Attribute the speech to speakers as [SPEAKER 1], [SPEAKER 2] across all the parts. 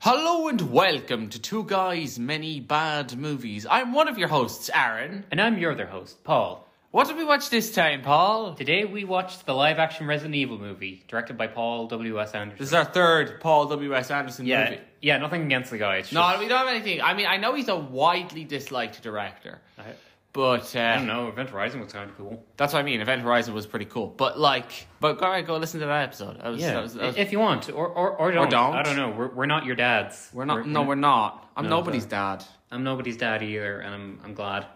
[SPEAKER 1] Hello and welcome to Two Guys Many Bad Movies. I'm one of your hosts, Aaron.
[SPEAKER 2] And I'm your other host, Paul.
[SPEAKER 1] What did we watch this time, Paul?
[SPEAKER 2] Today we watched the live action Resident Evil movie, directed by Paul W.S. Anderson.
[SPEAKER 1] This is our third Paul W.S. Anderson
[SPEAKER 2] yeah,
[SPEAKER 1] movie.
[SPEAKER 2] yeah, nothing against the guy. It's
[SPEAKER 1] No,
[SPEAKER 2] just,
[SPEAKER 1] we don't have anything. I mean, I know he's a widely disliked director,
[SPEAKER 2] I,
[SPEAKER 1] but uh,
[SPEAKER 2] I don't know, Event Horizon was kind of cool.
[SPEAKER 1] that's what I mean. Event Horizon was pretty cool, but like, but go go listen to that episode. That was- that was- that was-
[SPEAKER 2] if you want, or, or, or, don't.
[SPEAKER 1] don't.
[SPEAKER 2] I don't know, we're, we're not your dads.
[SPEAKER 1] we're not. no, we're not. I'm
[SPEAKER 2] No,
[SPEAKER 1] nobody's dad.
[SPEAKER 2] I'm nobody's dad either, and I'm, I'm glad.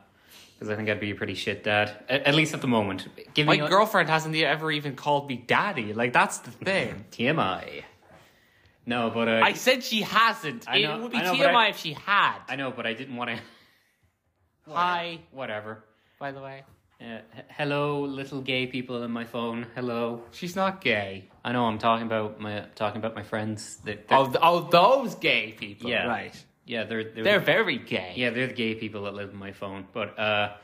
[SPEAKER 2] Because I think I'd be a pretty shit dad. At, at least at the moment. Give
[SPEAKER 1] My
[SPEAKER 2] me a-
[SPEAKER 1] girlfriend hasn't e-, ever even called me daddy. Like that's the thing.
[SPEAKER 2] TMI. No, but uh,
[SPEAKER 1] I said she hasn't.
[SPEAKER 2] I know-
[SPEAKER 1] it would be
[SPEAKER 2] I know, but
[SPEAKER 1] TMI
[SPEAKER 2] I-
[SPEAKER 1] if she had.
[SPEAKER 2] I know, but I didn't want to.
[SPEAKER 1] Hi,
[SPEAKER 2] Whatever.
[SPEAKER 1] by the way.
[SPEAKER 2] Uh, h- hello, little gay people in my phone. Hello.
[SPEAKER 1] She's not gay.
[SPEAKER 2] I know I'm talking about my talking about my friends. That they're,
[SPEAKER 1] Oh, th- oh, those gay people.
[SPEAKER 2] Yeah.
[SPEAKER 1] Right.
[SPEAKER 2] yeah, they're they're,
[SPEAKER 1] They're very gay.
[SPEAKER 2] yeah they're the gay people that live in my phone. But uh,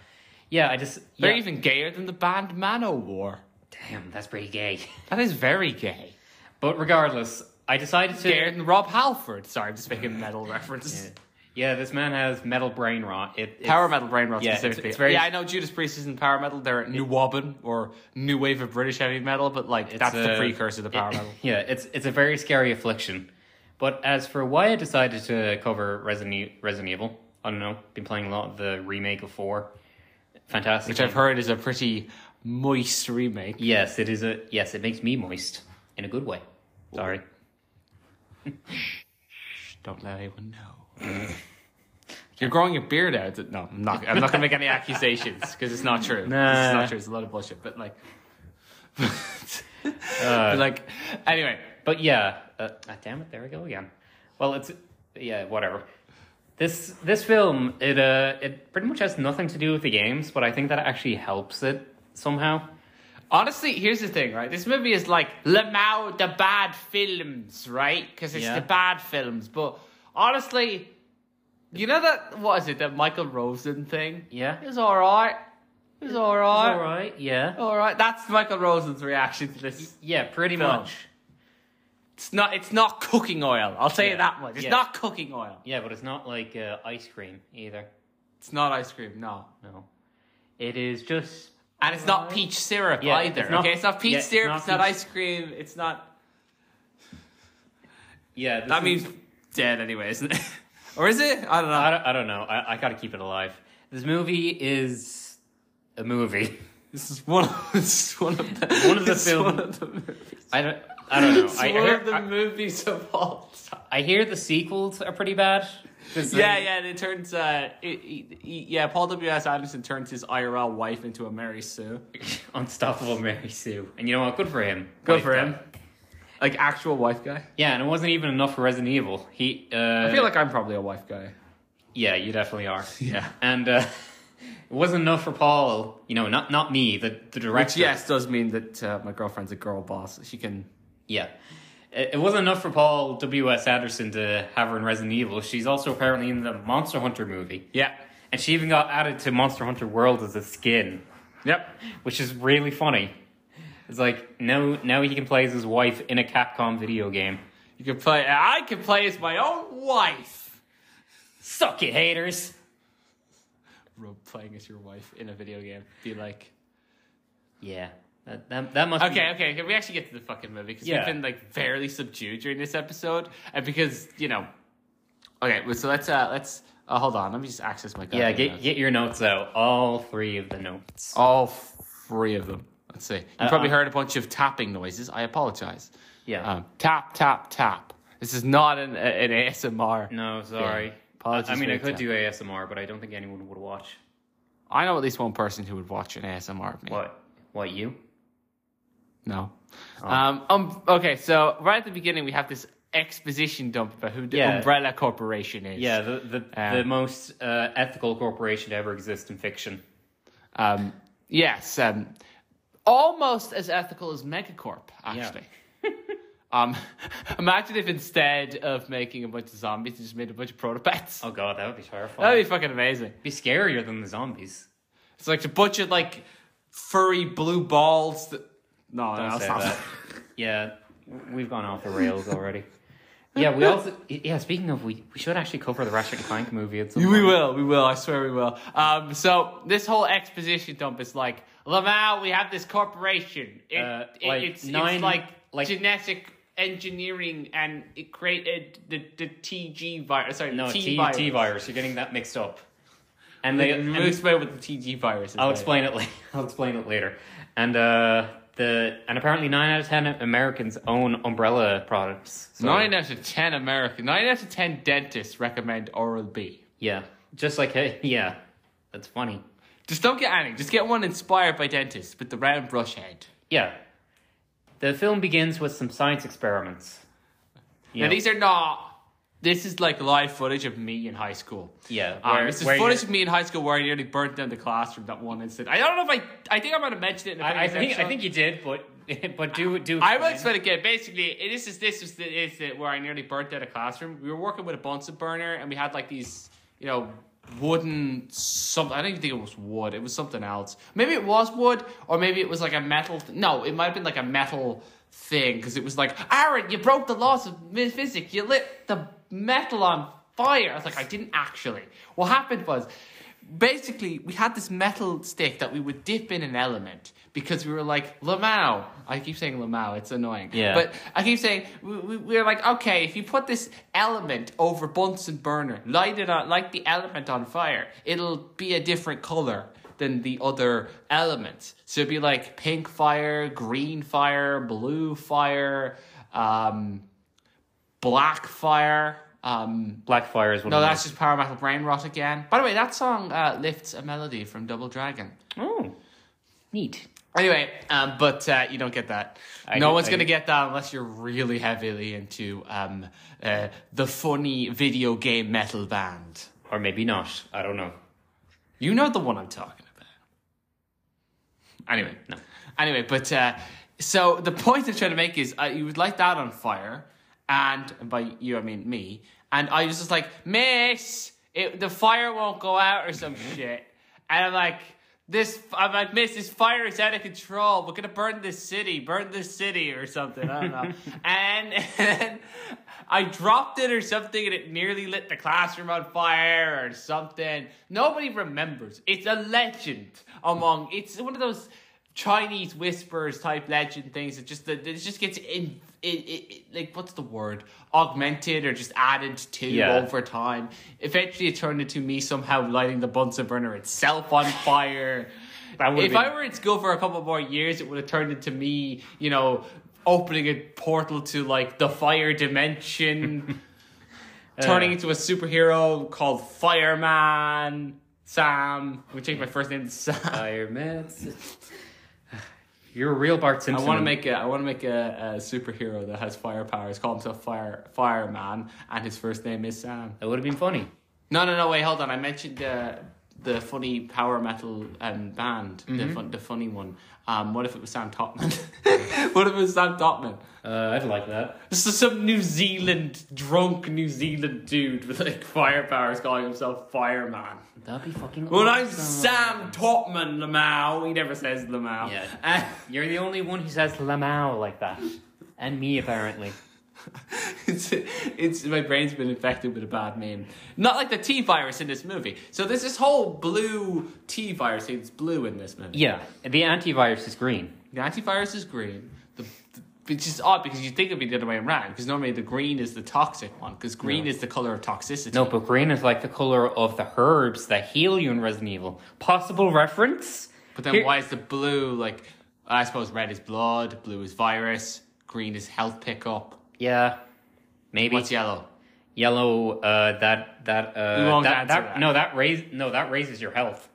[SPEAKER 2] yeah, I just
[SPEAKER 1] They're
[SPEAKER 2] yeah.
[SPEAKER 1] even gayer than the band Manowar.
[SPEAKER 2] damn that's pretty gay.
[SPEAKER 1] That is very gay.
[SPEAKER 2] But regardless, I decided to
[SPEAKER 1] Gayer than Rob Halford. Sorry, I'm just making metal references.
[SPEAKER 2] yeah. This man has metal brain rot. It it's,
[SPEAKER 1] Power metal brain rot
[SPEAKER 2] yeah, it's-
[SPEAKER 1] specifically.
[SPEAKER 2] it's very-
[SPEAKER 1] yeah, I know Judas Priest isn't power metal. They're at New Wobbin or New Wave of British Heavy Metal, but like
[SPEAKER 2] it's
[SPEAKER 1] that's the
[SPEAKER 2] a-
[SPEAKER 1] precursor to power
[SPEAKER 2] it-
[SPEAKER 1] metal.
[SPEAKER 2] Yeah, it's it's a very scary affliction. But as for why I decided to cover Resident, E- Resident Evil, I don't know. Been playing a lot of the remake of four. Fantastic.
[SPEAKER 1] Which I've heard is a pretty moist remake.
[SPEAKER 2] Yes, it is a yes. It makes me moist in a good way. Sorry.
[SPEAKER 1] Don't let anyone know. You're growing your beard out. No, I'm not. I'm not gonna make any accusations because it's not true. It's
[SPEAKER 2] Nah.
[SPEAKER 1] not true. It's a lot of bullshit. But like, but like, anyway,
[SPEAKER 2] But yeah, uh, ah, damn it, there we go again. Well, it's yeah, whatever. This this film it uh it pretty much has nothing to do with the games, but I think that actually helps it somehow.
[SPEAKER 1] honestly, here's the thing, right? This movie is like Lamau the bad films, right? Because it's
[SPEAKER 2] Yeah.
[SPEAKER 1] the bad films. But honestly, you know that what is it? That Michael Rosen thing.
[SPEAKER 2] Yeah,
[SPEAKER 1] It was all right. It was all right.
[SPEAKER 2] all right. Yeah,
[SPEAKER 1] All right. That's Michael Rosen's reaction to this.
[SPEAKER 2] yeah, pretty
[SPEAKER 1] Film.
[SPEAKER 2] much.
[SPEAKER 1] It's not. It's not cooking oil. I'll tell you
[SPEAKER 2] Yeah.
[SPEAKER 1] that much. It's
[SPEAKER 2] Yeah.
[SPEAKER 1] not cooking oil.
[SPEAKER 2] Yeah, but it's not like uh, ice cream either.
[SPEAKER 1] It's not ice cream. No.
[SPEAKER 2] No, it is just
[SPEAKER 1] And it's not peach syrup
[SPEAKER 2] Yeah,
[SPEAKER 1] either.
[SPEAKER 2] it's not-
[SPEAKER 1] okay, it's not peach
[SPEAKER 2] yeah, it's
[SPEAKER 1] syrup.
[SPEAKER 2] not
[SPEAKER 1] It's not,
[SPEAKER 2] peach-
[SPEAKER 1] ice cream. It's not.
[SPEAKER 2] yeah. This
[SPEAKER 1] That
[SPEAKER 2] is-
[SPEAKER 1] means dead anyway, isn't it? or is it? I don't know.
[SPEAKER 2] I don't, I don't know. I, I gotta keep it alive. This movie is a movie.
[SPEAKER 1] this is one. Of, this is one of the.
[SPEAKER 2] One of the
[SPEAKER 1] it's one
[SPEAKER 2] film-
[SPEAKER 1] of the movies.
[SPEAKER 2] I don't. I don't know.
[SPEAKER 1] It's
[SPEAKER 2] I, I,
[SPEAKER 1] one of
[SPEAKER 2] hear,
[SPEAKER 1] the
[SPEAKER 2] I,
[SPEAKER 1] movies of all time.
[SPEAKER 2] I hear the sequels are pretty bad. This is-
[SPEAKER 1] Yeah, yeah. And it turns. Uh, it, it, it- yeah, Paul W. S. Anderson turns his IRL wife into a Mary Sue.
[SPEAKER 2] Unstoppable Mary Sue. And you know what? Good for him.
[SPEAKER 1] Good
[SPEAKER 2] Like
[SPEAKER 1] for
[SPEAKER 2] that.
[SPEAKER 1] him. Like actual wife guy.
[SPEAKER 2] Yeah, and it wasn't even enough for Resident Evil. He. Uh,
[SPEAKER 1] I feel like I'm probably a wife guy.
[SPEAKER 2] Yeah, you definitely are.
[SPEAKER 1] Yeah.
[SPEAKER 2] And uh, it wasn't enough for Paul. You know, not not me, the the director.
[SPEAKER 1] Which, yes, does mean that uh, my girlfriend's a girl boss. She can.
[SPEAKER 2] Yeah. It it wasn't enough for Paul W.S. Anderson to have her in Resident Evil. She's also apparently in the Monster Hunter movie.
[SPEAKER 1] Yeah.
[SPEAKER 2] And she even got added to Monster Hunter World as a skin,
[SPEAKER 1] Yep.
[SPEAKER 2] which is really funny. It's like now now he can play as his wife in a Capcom video game.
[SPEAKER 1] You can play. I can play as my own wife.
[SPEAKER 2] Suck it, haters.
[SPEAKER 1] Rob playing as your wife in a video game. Be like.
[SPEAKER 2] Yeah, that that, that must
[SPEAKER 1] Okay, okay. Can we actually get to the fucking movie? Because
[SPEAKER 2] Yeah.
[SPEAKER 1] we've been like fairly subdued during this episode, and because you know. Okay, well, so let's uh let's uh, hold on. Let me just access my.
[SPEAKER 2] Be, yeah,
[SPEAKER 1] goddamn
[SPEAKER 2] get
[SPEAKER 1] notes.
[SPEAKER 2] get your notes out. All three of the notes.
[SPEAKER 1] all three of them. Let's see. You probably
[SPEAKER 2] uh.
[SPEAKER 1] heard a bunch of tapping noises. I apologize.
[SPEAKER 2] Yeah.
[SPEAKER 1] Um, tap tap tap. This is not an uh, an ASMR.
[SPEAKER 2] no, sorry.
[SPEAKER 1] Yeah. Apologies
[SPEAKER 2] I mean,
[SPEAKER 1] for
[SPEAKER 2] I
[SPEAKER 1] the
[SPEAKER 2] could
[SPEAKER 1] tap.
[SPEAKER 2] do ASMR, but I don't think anyone would watch.
[SPEAKER 1] I know at least one person who would watch an ASMR of me.
[SPEAKER 2] What? What you?
[SPEAKER 1] No.
[SPEAKER 2] Oh.
[SPEAKER 1] Um, um. Okay. So right at the beginning, we have this exposition dump about who the
[SPEAKER 2] Yeah.
[SPEAKER 1] Umbrella Corporation is.
[SPEAKER 2] Yeah, the the,
[SPEAKER 1] Um,
[SPEAKER 2] the most uh, ethical corporation to ever exist in fiction.
[SPEAKER 1] Um. Yes. Um. Almost as ethical as Megacorp, actually. um. Imagine if instead of making a bunch of zombies, they just made a bunch of protopets.
[SPEAKER 2] Oh god, that would be terrifying.
[SPEAKER 1] That'd be fucking amazing.
[SPEAKER 2] be scarier than the zombies.
[SPEAKER 1] It's like a bunch of like furry blue balls. That... No, no,
[SPEAKER 2] Don't
[SPEAKER 1] that's
[SPEAKER 2] say
[SPEAKER 1] not.
[SPEAKER 2] that. yeah, we've gone off the rails already. yeah, we also yeah. Speaking of, we, we should actually cover the Ratchet and Clank movie at some
[SPEAKER 1] We
[SPEAKER 2] point.
[SPEAKER 1] will, we will. I swear we will. Um, so this whole exposition dump is like Lamau. We have this corporation. It,
[SPEAKER 2] Uh,
[SPEAKER 1] it-
[SPEAKER 2] like
[SPEAKER 1] it's,
[SPEAKER 2] nine-
[SPEAKER 1] it's like,
[SPEAKER 2] like-
[SPEAKER 1] genetic engineering, and it created the, the TG virus. Sorry,
[SPEAKER 2] No,
[SPEAKER 1] the
[SPEAKER 2] T,
[SPEAKER 1] virus.
[SPEAKER 2] T virus. You're getting that mixed up. And they.
[SPEAKER 1] They
[SPEAKER 2] and-
[SPEAKER 1] move away with the TG virus. is
[SPEAKER 2] I'll
[SPEAKER 1] later.
[SPEAKER 2] explain it. Later. I'll explain it later. And uh, the and apparently nine out of ten Americans own umbrella products. So,
[SPEAKER 1] Nine out of ten American, nine out of ten dentists recommend Oral B.
[SPEAKER 2] Yeah. Just like hey, yeah. That's funny.
[SPEAKER 1] Just don't get any. Just get one inspired by dentists with the round brush head.
[SPEAKER 2] Yeah. The film begins with some science experiments. Yeah.
[SPEAKER 1] Now these are not. This is like live footage of me in high school.
[SPEAKER 2] yeah.
[SPEAKER 1] Um,
[SPEAKER 2] where-
[SPEAKER 1] this is
[SPEAKER 2] where
[SPEAKER 1] footage
[SPEAKER 2] you're-
[SPEAKER 1] of me in high school where I nearly burnt down the classroom that one incident. I don't know if I. I think I might have mentioned it. In the
[SPEAKER 2] I, I
[SPEAKER 1] previous
[SPEAKER 2] think I
[SPEAKER 1] episode.
[SPEAKER 2] think you did, but but do do.
[SPEAKER 1] I will explain again. Basically, it- this is this was the incident where I nearly burnt down a classroom. We were working with a Bunsen burner, and we had like these, you know, wooden something. I don't even think it was wood. It was something else. Maybe it was wood, or maybe it was like a metal. Th- no, it might have been like a metal thing because it was like, Aaron, you broke the laws of mi- physics. You lit the metal on fire. I was like, I didn't actually. What happened was. Basically, we had this metal stick that we would dip in an element because we were like, Lamau. I keep saying Lamau, it's annoying.
[SPEAKER 2] Yeah.
[SPEAKER 1] But I keep saying we, we, we're like, okay, if you put this element over Bunsen burner, light it on, light the element on fire, it'll be a different color than the other elements. So it'd be like pink fire, green fire, blue fire, um, black fire. Um,
[SPEAKER 2] Black Fire is one.
[SPEAKER 1] no,
[SPEAKER 2] of
[SPEAKER 1] that's just power metal brain rot again. By the way, that song uh, lifts a melody from Double Dragon.
[SPEAKER 2] those. oh neat.
[SPEAKER 1] Anyway, um, but uh, you don't get that.
[SPEAKER 2] I
[SPEAKER 1] no
[SPEAKER 2] do-
[SPEAKER 1] one's
[SPEAKER 2] I
[SPEAKER 1] going to
[SPEAKER 2] do.
[SPEAKER 1] get that unless you're really heavily into um, uh, the funny video game metal band.
[SPEAKER 2] Or maybe not. I don't know.
[SPEAKER 1] You know the one I'm talking about. Anyway,
[SPEAKER 2] No.
[SPEAKER 1] Anyway, but uh, so the point I'm trying to make is uh, you would light that on fire, and, and by you I mean me, and I was just like, Miss, it, the fire won't go out or some shit, and I'm like. This I'm like, miss. This fire is out of control. We're gonna burn this city, burn this city, or something. I don't know. and, and I dropped it or something, and it nearly lit the classroom on fire or something. Nobody remembers. It's a legend among. It's one of those Chinese whispers type legend things. It just it just gets in it, it, it- like what's the word augmented or just added to
[SPEAKER 2] Yeah.
[SPEAKER 1] over time. Eventually, it turned into me somehow lighting the Bunsen burner itself on fire.
[SPEAKER 2] That would've
[SPEAKER 1] if
[SPEAKER 2] been-
[SPEAKER 1] I were to go for a couple more years, it would have turned into me, you know, opening a portal to like the fire dimension, turning into a superhero called Fireman Sam. We change my first name to Sam.
[SPEAKER 2] Fire meds. You're a real Bart
[SPEAKER 1] I
[SPEAKER 2] Simpson.
[SPEAKER 1] want to make a I want to make a, a superhero that has fire powers. Call himself Fire Fireman, and his first name is Sam.
[SPEAKER 2] That would have been funny.
[SPEAKER 1] No, no, no. Wait, hold on. I mentioned the the funny power metal um, band, the fun, the funny one. Um, what if it was Sam Topman? what if it was Sam Topman?
[SPEAKER 2] Uh, I'd like that.
[SPEAKER 1] This is some New Zealand drunk New Zealand dude with like fire powers, calling himself Fireman.
[SPEAKER 2] That'd be fucking.
[SPEAKER 1] Well, I'm
[SPEAKER 2] awesome.
[SPEAKER 1] Sam Topman Lamau. He never says Lamau.
[SPEAKER 2] Yeah.
[SPEAKER 1] Uh,
[SPEAKER 2] You're the only one who says Lamau like that, and me apparently.
[SPEAKER 1] it's, it's my brain's been infected with a bad meme. Not like the T virus in this movie. So there's this whole blue T virus. It's blue in this movie.
[SPEAKER 2] Yeah, the antivirus is green.
[SPEAKER 1] The antivirus is green. The, the which is odd because you think it'd be the other way around because normally the green is the toxic one because green is the color of toxicity.
[SPEAKER 2] No, but green is like the color of the herbs that heal you in Resident Evil. Possible reference?
[SPEAKER 1] But then
[SPEAKER 2] Here-
[SPEAKER 1] why is the blue like? I suppose red is blood, blue is virus, green is health pickup.
[SPEAKER 2] Yeah, maybe
[SPEAKER 1] What's yellow?
[SPEAKER 2] yellow. Uh, that that uh,
[SPEAKER 1] We won't
[SPEAKER 2] that,
[SPEAKER 1] answer
[SPEAKER 2] that-
[SPEAKER 1] that.
[SPEAKER 2] no, that raise no, that raises your health.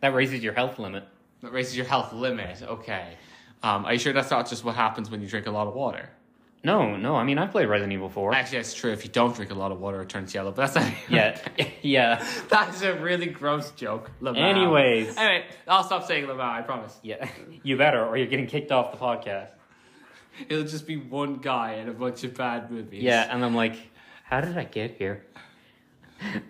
[SPEAKER 2] That raises your health limit.
[SPEAKER 1] That raises your health limit. Okay. Um, are you sure that's not just what happens when you drink a lot of water?
[SPEAKER 2] No, no. I mean, I played Resident Evil Four.
[SPEAKER 1] Actually, that's true. If you don't drink a lot of water, it turns yellow. But that's not.
[SPEAKER 2] yeah, yeah,
[SPEAKER 1] that is a really gross joke. Lamar.
[SPEAKER 2] Anyways.
[SPEAKER 1] Anyway, I'll stop saying Lamar. I promise.
[SPEAKER 2] yeah. You better, or you're getting kicked off the podcast.
[SPEAKER 1] It'll just be one guy in a bunch of bad movies.
[SPEAKER 2] Yeah, and I'm like, how did I get here?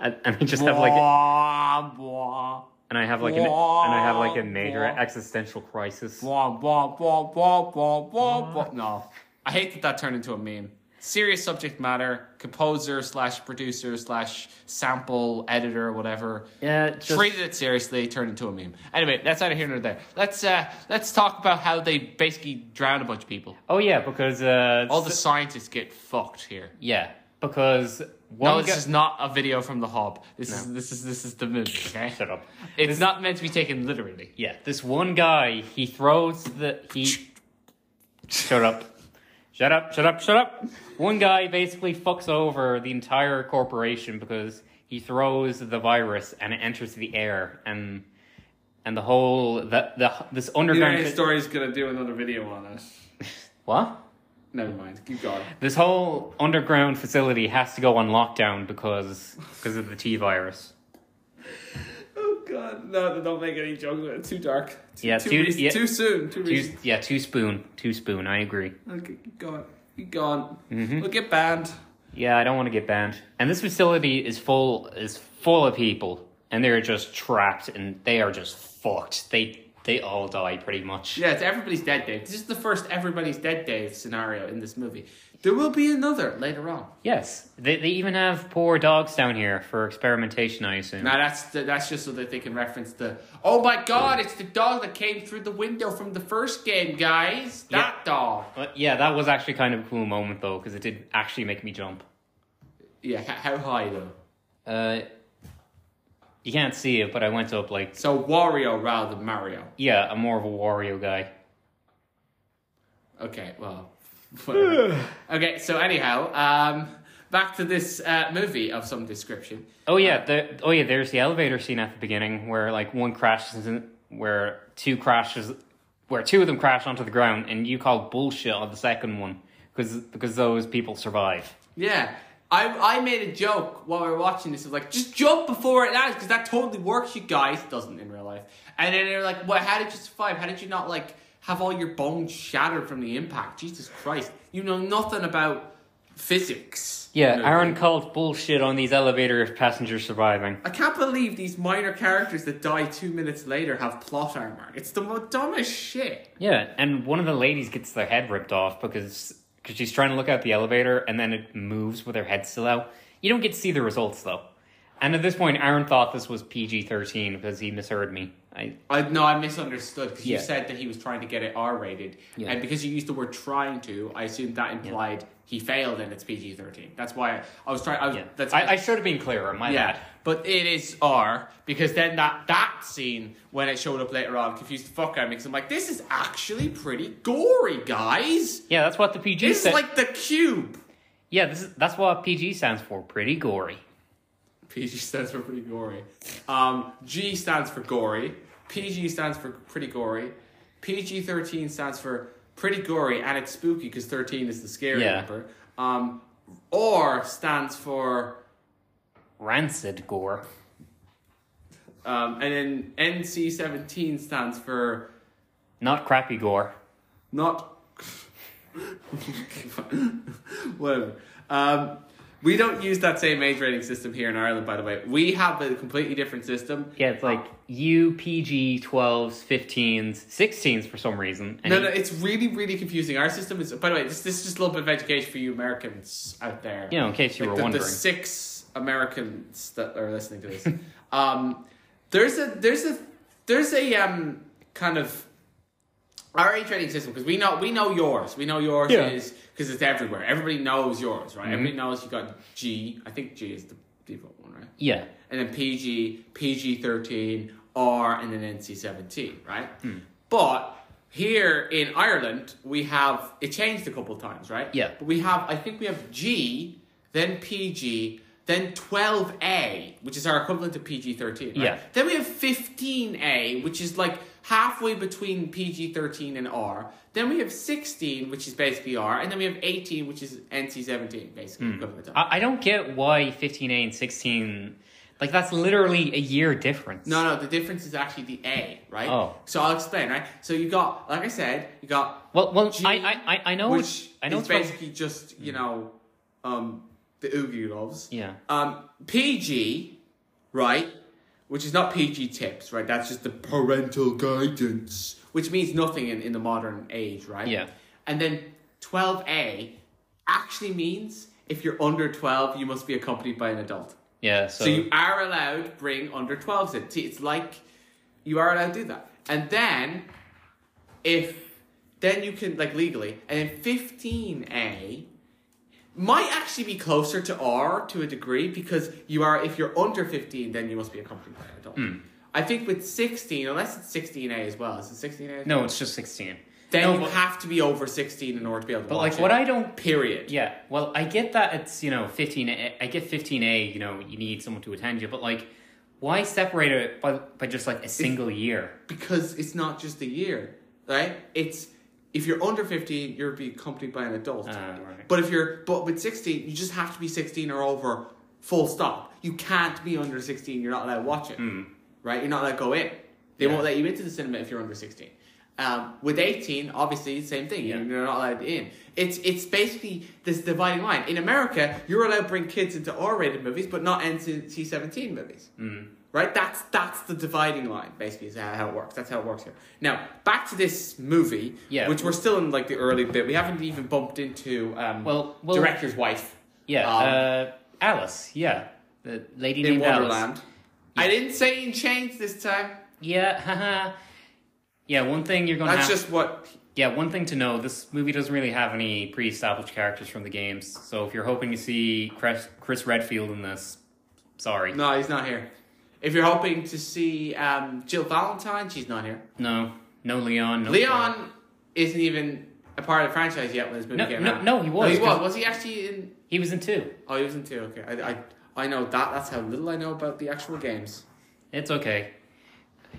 [SPEAKER 2] And, and I just have like, a-
[SPEAKER 1] Blah, blah,
[SPEAKER 2] and I have like, an, and I have like a major
[SPEAKER 1] Wah, wah.
[SPEAKER 2] existential crisis.
[SPEAKER 1] blah, blah, blah, blah, blah, blah, blah. No. I hate that that turned into a meme. serious subject matter, composer slash producer slash sample editor, whatever.
[SPEAKER 2] Yeah, just-
[SPEAKER 1] treated it seriously, turned into a meme. Anyway, that's neither here nor there. Let's uh, let's talk about how they basically drown a bunch of people.
[SPEAKER 2] Oh yeah, because uh,
[SPEAKER 1] All the scientists get fucked here.
[SPEAKER 2] yeah, because one
[SPEAKER 1] No, this
[SPEAKER 2] guy-
[SPEAKER 1] is not a video from The Hob. This is this is this is the movie. Okay,
[SPEAKER 2] shut up.
[SPEAKER 1] it's not meant to be taken literally.
[SPEAKER 2] Yeah, this one guy, he throws the he. shut up. Shut up, shut up, shut up. One guy basically fucks over the entire corporation because he throws the virus and it enters the air and and the whole the, the this underground
[SPEAKER 1] Story's gonna do another video on it.
[SPEAKER 2] what?
[SPEAKER 1] Never mind. Keep going.
[SPEAKER 2] This whole underground facility has to go on lockdown because because of the T virus.
[SPEAKER 1] Oh god, no! Don't make any jokes. It's too dark.
[SPEAKER 2] Yeah, too- too recent- yeah. too
[SPEAKER 1] soon. Too,
[SPEAKER 2] Two, yeah, two spoon, two spoon. I agree.
[SPEAKER 1] Okay, keep going. Keep going. We'll get banned.
[SPEAKER 2] Yeah, I don't want to get banned. And this facility is full is full of people, and they're just trapped, and they are just fucked. They they all die pretty much.
[SPEAKER 1] Yeah, it's everybody's dead day. This is the first everybody's dead day scenario in this movie. There will be another later on.
[SPEAKER 2] Yes, they they even have poor dogs down here for experimentation. I assume.
[SPEAKER 1] Now that's the, that's just so that they can reference the. Oh my God! It's the dog that came through the window from the first game, guys. That dog.
[SPEAKER 2] but yeah, that was actually kind of a cool moment though, because it did actually make me jump.
[SPEAKER 1] Yeah, h- how high though?
[SPEAKER 2] Uh, you can't see it, but I went up like
[SPEAKER 1] So Wario rather than Mario.
[SPEAKER 2] yeah, I'm more of a Wario guy.
[SPEAKER 1] Okay, well, whatever. okay. So anyhow, um, back to this uh, movie of some description.
[SPEAKER 2] Oh yeah, the oh yeah, there's the elevator scene at the beginning where like one crashes in, where two crashes where two of them crash onto the ground and you call bullshit on the second one because because those people survive.
[SPEAKER 1] Yeah. I, I made a joke while we were watching this. I was like, just jump before it lands, because that totally works, you guys. Doesn't in real life. And then they're like, well, how did you survive? How did you not, like, have all your bones shattered from the impact? Jesus Christ. You know nothing about physics.
[SPEAKER 2] Yeah,
[SPEAKER 1] No.
[SPEAKER 2] Aaron called bullshit on these elevator passengers surviving.
[SPEAKER 1] I can't believe these minor characters that die two minutes later have plot armor. It's the mo- dumbest shit.
[SPEAKER 2] Yeah, and one of the ladies gets their head ripped off because because she's trying to look out the elevator and then it moves with her head still out. You don't get to see the results though. And at this point, Aaron thought this was PG thirteen because he misheard me. I
[SPEAKER 1] I no, I misunderstood because
[SPEAKER 2] Yeah.
[SPEAKER 1] you said that he was trying to get it R rated,
[SPEAKER 2] Yeah.
[SPEAKER 1] and because you used the word "trying to," I assumed that implied he failed and it's PG thirteen. That's why I, I was trying. I was,
[SPEAKER 2] Yeah.
[SPEAKER 1] That's
[SPEAKER 2] I, I should have been clearer. My
[SPEAKER 1] yeah,
[SPEAKER 2] bad.
[SPEAKER 1] but it is R because then that that scene when it showed up later on confused the fuck out of me because I'm like, this is actually pretty gory, guys.
[SPEAKER 2] Yeah, that's what the PG
[SPEAKER 1] This is
[SPEAKER 2] said.
[SPEAKER 1] like the cube.
[SPEAKER 2] yeah, this is that's what PG stands for. Pretty gory.
[SPEAKER 1] PG stands for pretty gory. Um, G stands for gory. PG stands for pretty gory. PG thirteen stands for pretty gory, and it's spooky because thirteen is the scary
[SPEAKER 2] Yeah.
[SPEAKER 1] number. Um, or stands for
[SPEAKER 2] Rancid gore.
[SPEAKER 1] um, and then NC seventeen stands for
[SPEAKER 2] Not crappy gore.
[SPEAKER 1] not. Whatever. Um, we don't use that same age rating system here in Ireland, by the way. We have a completely different system.
[SPEAKER 2] Yeah, it's like U, PG, 12s, 15s, 16s for some reason. And
[SPEAKER 1] No, no, it's really, really confusing. Our system is, by the way, this, this is just a little bit of education for you Americans out there.
[SPEAKER 2] You know, in case you
[SPEAKER 1] Like
[SPEAKER 2] were
[SPEAKER 1] the,
[SPEAKER 2] wondering.
[SPEAKER 1] the six Americans that are listening to this. um, there's a, there's a, there's a um, kind of our age rating system because we know we know yours. We know yours
[SPEAKER 2] Yeah. Mm-hmm.
[SPEAKER 1] is because it's everywhere. Everybody knows yours, right? Everybody knows you got G. I think G is the default one, right?
[SPEAKER 2] yeah.
[SPEAKER 1] and then PG, PG 13, R, and then NC 17, right?
[SPEAKER 2] Hmm.
[SPEAKER 1] But here in Ireland, we have it changed a couple times, right?
[SPEAKER 2] Yeah.
[SPEAKER 1] But we have, I think we have G, then PG, then 12A, which is our equivalent to PG 13. Right?
[SPEAKER 2] Yeah.
[SPEAKER 1] Then we have 15A, which is like halfway between PG 13 and R. Then we have 16, which is basically R. And then we have 18, which is NC 17, basically.
[SPEAKER 2] Hmm.
[SPEAKER 1] equivalent to.
[SPEAKER 2] I, I don't get why 15A and 16, like that's literally a year difference.
[SPEAKER 1] No, no, the difference is actually the A, right?
[SPEAKER 2] Oh.
[SPEAKER 1] So I'll explain, right? So you got, like I said, you got,
[SPEAKER 2] Well, well,
[SPEAKER 1] G,
[SPEAKER 2] I, I, I- I know,
[SPEAKER 1] which
[SPEAKER 2] it's, I know
[SPEAKER 1] is
[SPEAKER 2] it's from-
[SPEAKER 1] basically just, you know, um, the Oogie Loves.
[SPEAKER 2] Yeah.
[SPEAKER 1] Um, PG, right? Which is not PG tips, right? That's just the parental guidance, which means nothing in, in the modern age, right?
[SPEAKER 2] Yeah.
[SPEAKER 1] And then 12A actually means if you're under 12, you must be accompanied by an adult.
[SPEAKER 2] Yeah, so,
[SPEAKER 1] So you are allowed to bring under 12s in. See, it's like you are allowed to do that. And then if then you can like legally and then 15A might actually be closer to R to a degree because you are if you're under 15 then you must be accompanied by an adult.
[SPEAKER 2] Hmm.
[SPEAKER 1] I think with 16 unless it's 16A as well. Is it 16A? As well?
[SPEAKER 2] no, it's just sixteen.
[SPEAKER 1] Then
[SPEAKER 2] no,
[SPEAKER 1] you
[SPEAKER 2] but,
[SPEAKER 1] have to be over 16 in order to be able to
[SPEAKER 2] but
[SPEAKER 1] watch
[SPEAKER 2] like
[SPEAKER 1] it.
[SPEAKER 2] what I don't
[SPEAKER 1] period.
[SPEAKER 2] Yeah, well, I get that it's you know fifteen. A- I get fifteen A. You know, you need someone to attend you, but like, why separate it by by just like a single year?
[SPEAKER 1] because it's not just a year, right? It's if you're under 15, you're be accompanied by an adult.
[SPEAKER 2] Ah, right.
[SPEAKER 1] But if you're but with 16, you just have to be 16 or over, full stop. You can't be under 16. You're not allowed to watch it, right? You're not allowed to go in. They
[SPEAKER 2] Hmm. Yeah.
[SPEAKER 1] won't let you into the cinema if you're under 16. Um, with 18, obviously, same thing.
[SPEAKER 2] Yeah.
[SPEAKER 1] You're not allowed in. It's it's basically this dividing line. In America, you're allowed to bring kids into R-rated movies, but not NC-17 movies
[SPEAKER 2] Hmm.
[SPEAKER 1] right? That's that's the dividing line. Basically, is how, how it works. That's how it works here. Now back to this movie,
[SPEAKER 2] Yeah.
[SPEAKER 1] which we're still in like the early bit. We haven't even bumped into um,
[SPEAKER 2] Well, well-
[SPEAKER 1] director's wife
[SPEAKER 2] Yeah,
[SPEAKER 1] Um,
[SPEAKER 2] uh, Alice. Yeah, the lady
[SPEAKER 1] in
[SPEAKER 2] named Alice.
[SPEAKER 1] Wonderland. I didn't say in chains this time.
[SPEAKER 2] Yeah, haha. Yeah, one thing you're gonna
[SPEAKER 1] That's
[SPEAKER 2] have.
[SPEAKER 1] just what.
[SPEAKER 2] Yeah, one thing to know: this movie doesn't really have any pre-established characters from the games. So if you're hoping to see Chris, Chris Redfield in this, sorry,
[SPEAKER 1] No, he's not here. If you're hoping to see um, Jill Valentine, she's not here.
[SPEAKER 2] no, no Leon, no
[SPEAKER 1] Leon isn't even a part of the franchise yet when this movie
[SPEAKER 2] No,
[SPEAKER 1] came
[SPEAKER 2] no,
[SPEAKER 1] out. Oh,
[SPEAKER 2] no, he was,
[SPEAKER 1] he was.
[SPEAKER 2] 'cause-
[SPEAKER 1] Was he actually in?
[SPEAKER 2] He was in two.
[SPEAKER 1] Oh, he was in two. Okay, I, I, I know that. That's how little I know about the actual games.
[SPEAKER 2] It's okay.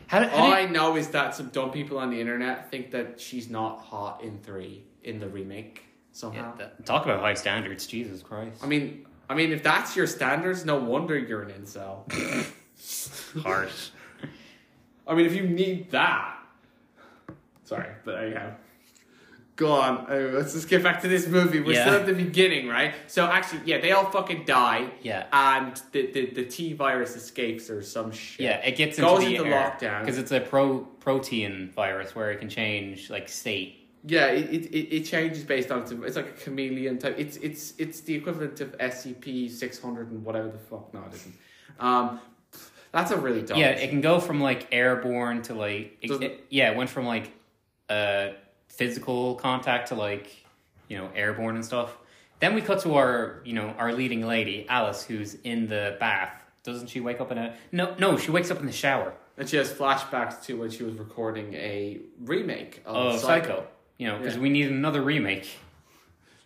[SPEAKER 2] How, how
[SPEAKER 1] All
[SPEAKER 2] did-
[SPEAKER 1] I know is that some dumb people on the internet think that she's not hot in three in the remake
[SPEAKER 2] Yeah,
[SPEAKER 1] somehow.
[SPEAKER 2] that- talk about high standards, Jesus Christ.
[SPEAKER 1] I mean, I mean, if that's your standards, no wonder you're an incel.
[SPEAKER 2] Harsh.
[SPEAKER 1] I mean, if you need that, sorry, but anyhow, go on. Uh, let's just get back to this movie. We're
[SPEAKER 2] Yeah.
[SPEAKER 1] still at the beginning, right? So actually, yeah, they all fucking die.
[SPEAKER 2] Yeah.
[SPEAKER 1] and the the, the T virus escapes or some shit.
[SPEAKER 2] Yeah, it gets
[SPEAKER 1] Goes
[SPEAKER 2] into
[SPEAKER 1] into
[SPEAKER 2] the
[SPEAKER 1] lockdown.
[SPEAKER 2] because it's a pro protein virus where it can change like state.
[SPEAKER 1] Yeah, it, it, it it changes based on its, it's like a chameleon type. It's it's it's the equivalent of SCP six hundred and whatever the fuck. No, it isn't. Um, that's a really dumb.
[SPEAKER 2] Yeah, it can go from like airborne to like it,
[SPEAKER 1] Doesn't-
[SPEAKER 2] it- yeah, it went from like uh physical contact to like you know airborne and stuff. Then we cut to our you know our leading lady Alice, who's in the bath. Doesn't she wake up in a no no? She wakes up in the shower.
[SPEAKER 1] and she has flashbacks to when she was recording a remake of
[SPEAKER 2] Oh, Psycho. You know, because
[SPEAKER 1] Yeah.
[SPEAKER 2] we need another remake.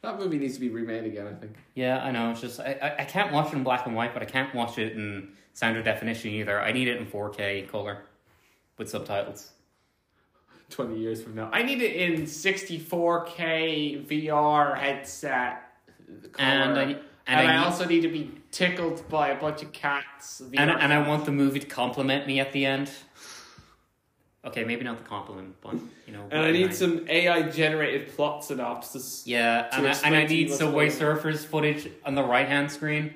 [SPEAKER 1] That movie needs to be remade again. I think.
[SPEAKER 2] Yeah, I know. It's just I, I, I can't watch it in black and white, but I can't watch it in standard definition either. I need it in 4K color with subtitles.
[SPEAKER 1] Twenty years from now, I need it in sixty four K VR headset. color.
[SPEAKER 2] And I- and
[SPEAKER 1] And
[SPEAKER 2] I
[SPEAKER 1] I
[SPEAKER 2] need-
[SPEAKER 1] also need to be tickled by a bunch of cats. VR
[SPEAKER 2] And and I want the movie to compliment me at the end. Okay, maybe not the compliment, but you know.
[SPEAKER 1] And I need
[SPEAKER 2] recognize.
[SPEAKER 1] some AI generated plot synopsis.
[SPEAKER 2] Yeah,
[SPEAKER 1] to
[SPEAKER 2] and I, and I
[SPEAKER 1] explain to you
[SPEAKER 2] need
[SPEAKER 1] what's
[SPEAKER 2] Subway
[SPEAKER 1] going
[SPEAKER 2] Surfers footage on the right hand screen.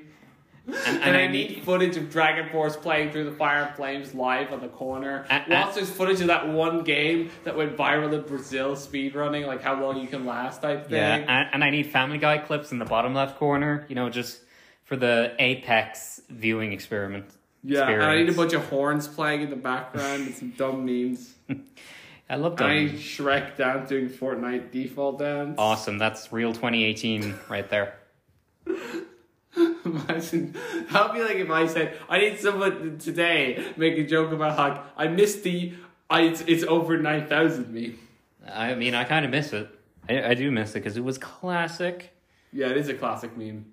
[SPEAKER 2] And,
[SPEAKER 1] And, I need footage of Dragon Force playing through the fire and flames live on the corner.
[SPEAKER 2] Uh, uh.
[SPEAKER 1] Lots there's footage of that one game that went viral in Brazil, speedrunning, like how long you can last type thing.
[SPEAKER 2] Yeah, and, and I need Family Guy clips in the bottom left corner. You know, just for the apex viewing experiment.
[SPEAKER 1] Yeah, and I need a
[SPEAKER 2] experience.
[SPEAKER 1] bunch of horns playing in the background and some dumb memes.
[SPEAKER 2] I love
[SPEAKER 1] And I
[SPEAKER 2] that.
[SPEAKER 1] need Shrek down doing Fortnite default dance.
[SPEAKER 2] Awesome. That's real 2018 right there.
[SPEAKER 1] Imagine that'd be like if I said I need someone today make a joke about how I missed the I it's, it's over nine thousand meme.
[SPEAKER 2] I mean, I kind of miss it. I, I do miss it because it was classic.
[SPEAKER 1] Yeah, it is a classic meme.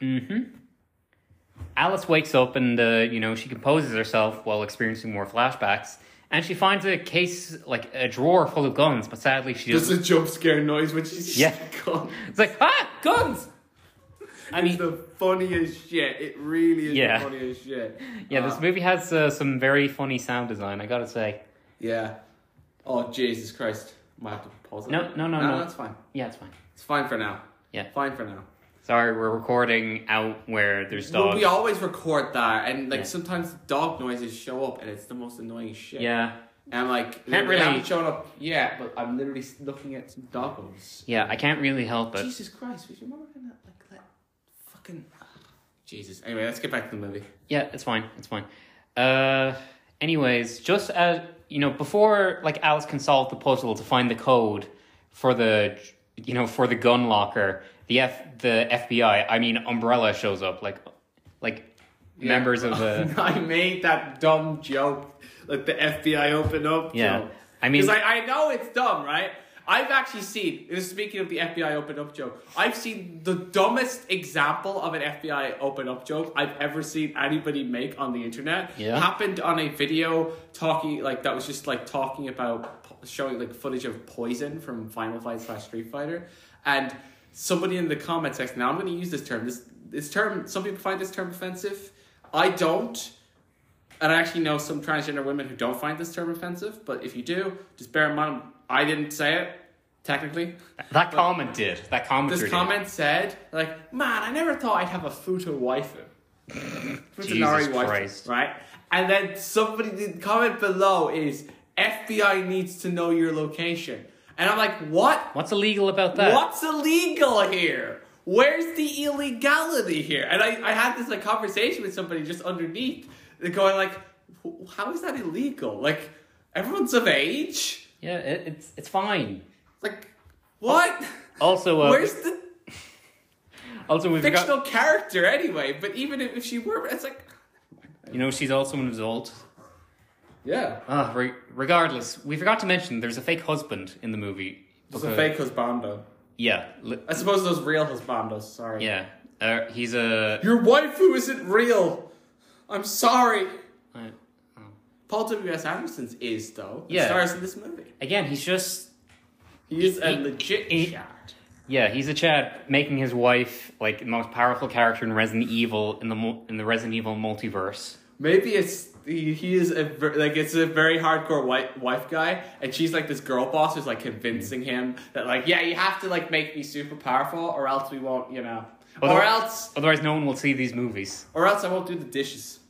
[SPEAKER 2] Mm-hmm. Alice wakes up and, uh, you know, she composes herself while experiencing more flashbacks. And she finds a case, like a drawer full of guns, but sadly she
[SPEAKER 1] There's
[SPEAKER 2] doesn't.
[SPEAKER 1] a jump scare noise when she's
[SPEAKER 2] Yeah.
[SPEAKER 1] gone.
[SPEAKER 2] It's like, ah, guns! I
[SPEAKER 1] It's
[SPEAKER 2] mean,
[SPEAKER 1] the funniest shit. It really is
[SPEAKER 2] Yeah.
[SPEAKER 1] the funniest shit.
[SPEAKER 2] yeah, this movie has uh, some very funny sound design, I gotta say.
[SPEAKER 1] Yeah. Oh Jesus Christ! Might have to pause it.
[SPEAKER 2] No, no, no,
[SPEAKER 1] no.
[SPEAKER 2] no.
[SPEAKER 1] That's fine.
[SPEAKER 2] Yeah, it's fine.
[SPEAKER 1] It's fine for now.
[SPEAKER 2] Yeah.
[SPEAKER 1] Fine for now.
[SPEAKER 2] Sorry, we're recording out where there's
[SPEAKER 1] Well,
[SPEAKER 2] dogs.
[SPEAKER 1] we always record that, and like
[SPEAKER 2] Yeah.
[SPEAKER 1] sometimes dog noises show up, and it's the most annoying shit.
[SPEAKER 2] yeah.
[SPEAKER 1] And I'm like,
[SPEAKER 2] Can't
[SPEAKER 1] they haven't
[SPEAKER 2] really-
[SPEAKER 1] shown up yet, but I'm literally s- looking at some doggos.
[SPEAKER 2] Yeah, I can't really help it.
[SPEAKER 1] Jesus Christ, was your mom looking at like that fucking. Jesus. Anyway, let's get back to the movie.
[SPEAKER 2] Yeah, it's fine. It's fine. Uh, anyways, just as you know, before like Alice can solve the puzzle to find the code for the you know for the gun locker, the F the FBI, I mean Umbrella shows up like like members of the
[SPEAKER 1] I made that dumb joke. Like the FBI open up.
[SPEAKER 2] Yeah.
[SPEAKER 1] Joke.
[SPEAKER 2] I mean-
[SPEAKER 1] Because I, I know it's dumb, right? I've actually seen, this is speaking of the FBI open up joke, I've seen the dumbest example of an FBI open up joke I've ever seen anybody make on the internet.
[SPEAKER 2] Yeah.
[SPEAKER 1] Happened on a video talking, like, that was just like talking about po- showing like footage of poison from Final Fight slash Street Fighter. And somebody in the comment section, now I'm going to use this term, this, this term, some people find this term offensive. I don't. And I actually know some transgender women who don't find this term offensive, but if you do, just bear in mind I didn't say it, technically.
[SPEAKER 2] that comment did that commenter
[SPEAKER 1] This
[SPEAKER 2] did.
[SPEAKER 1] comment said, like, man, I never thought I'd have a futa waifu. Futanari
[SPEAKER 2] Jesus
[SPEAKER 1] waifu.
[SPEAKER 2] Christ.
[SPEAKER 1] Right? And then somebody, the comment below is, FBI needs to know your location. And I'm like, what?
[SPEAKER 2] What's illegal about that?
[SPEAKER 1] What's illegal here? Where's the illegality here? And I, I had this like conversation with somebody just underneath, they're going like, "Wh- how is that illegal? Like, everyone's of age.
[SPEAKER 2] Yeah, it, it's it's fine.
[SPEAKER 1] Like, what?
[SPEAKER 2] Also, uh,
[SPEAKER 1] Where's the
[SPEAKER 2] also we forgot.
[SPEAKER 1] fictional character anyway? But even if, if she were, it's like,
[SPEAKER 2] You know, she's also an adult.
[SPEAKER 1] yeah,
[SPEAKER 2] Uh, re- regardless, we forgot to mention there's a fake husband in the movie.
[SPEAKER 1] it's
[SPEAKER 2] Because-
[SPEAKER 1] a fake husbando.
[SPEAKER 2] Yeah, li-
[SPEAKER 1] I suppose those real husbandos. Sorry.
[SPEAKER 2] yeah. Uh, he's a.
[SPEAKER 1] Your waifu isn't real. I'm sorry.
[SPEAKER 2] uh,
[SPEAKER 1] Paul W S Anderson's is though. It
[SPEAKER 2] Yeah.
[SPEAKER 1] Stars in this movie.
[SPEAKER 2] again, he's just.
[SPEAKER 1] He's a
[SPEAKER 2] He-
[SPEAKER 1] legit
[SPEAKER 2] he-
[SPEAKER 1] shot.
[SPEAKER 2] Yeah, he's a Chad making his wife like the most powerful character in Resident Evil in the mul- in the Resident Evil multiverse.
[SPEAKER 1] Maybe it's he, he is a ver- like it's a very hardcore wife wife guy, and she's like this girl boss who's like convincing him that like yeah you have to like make me super powerful or else we won't you know or
[SPEAKER 2] Otherwise-
[SPEAKER 1] else
[SPEAKER 2] Otherwise, no one will see these movies.
[SPEAKER 1] or else I won't do the dishes.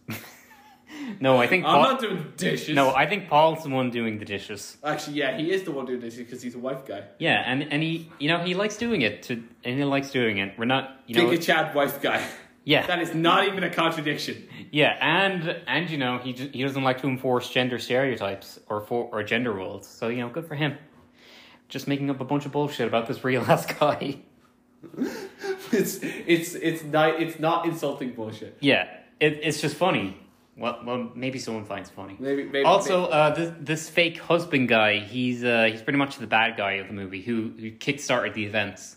[SPEAKER 2] No, I think
[SPEAKER 1] I'm
[SPEAKER 2] Paul.
[SPEAKER 1] not doing the dishes.
[SPEAKER 2] No, I think Paul's the one doing the dishes.
[SPEAKER 1] actually yeah he is the one doing the dishes because he's a wife guy.
[SPEAKER 2] Yeah, and, and he you know he likes doing it to and he likes doing it. We're not you
[SPEAKER 1] Giga
[SPEAKER 2] know
[SPEAKER 1] Chad wife guy.
[SPEAKER 2] yeah
[SPEAKER 1] That is not even a contradiction.
[SPEAKER 2] Yeah, and and you know he ju- he doesn't like to enforce gender stereotypes or for or gender roles. So you know, good for him. Just making up a bunch of bullshit about this real ass guy.
[SPEAKER 1] It's it's it's not it's not insulting bullshit.
[SPEAKER 2] Yeah, it, it's just funny. Well, well, maybe someone finds it funny.
[SPEAKER 1] Maybe maybe
[SPEAKER 2] Also, uh, this this fake husband guy, he's uh, he's pretty much the bad guy of the movie who who kickstarted the events.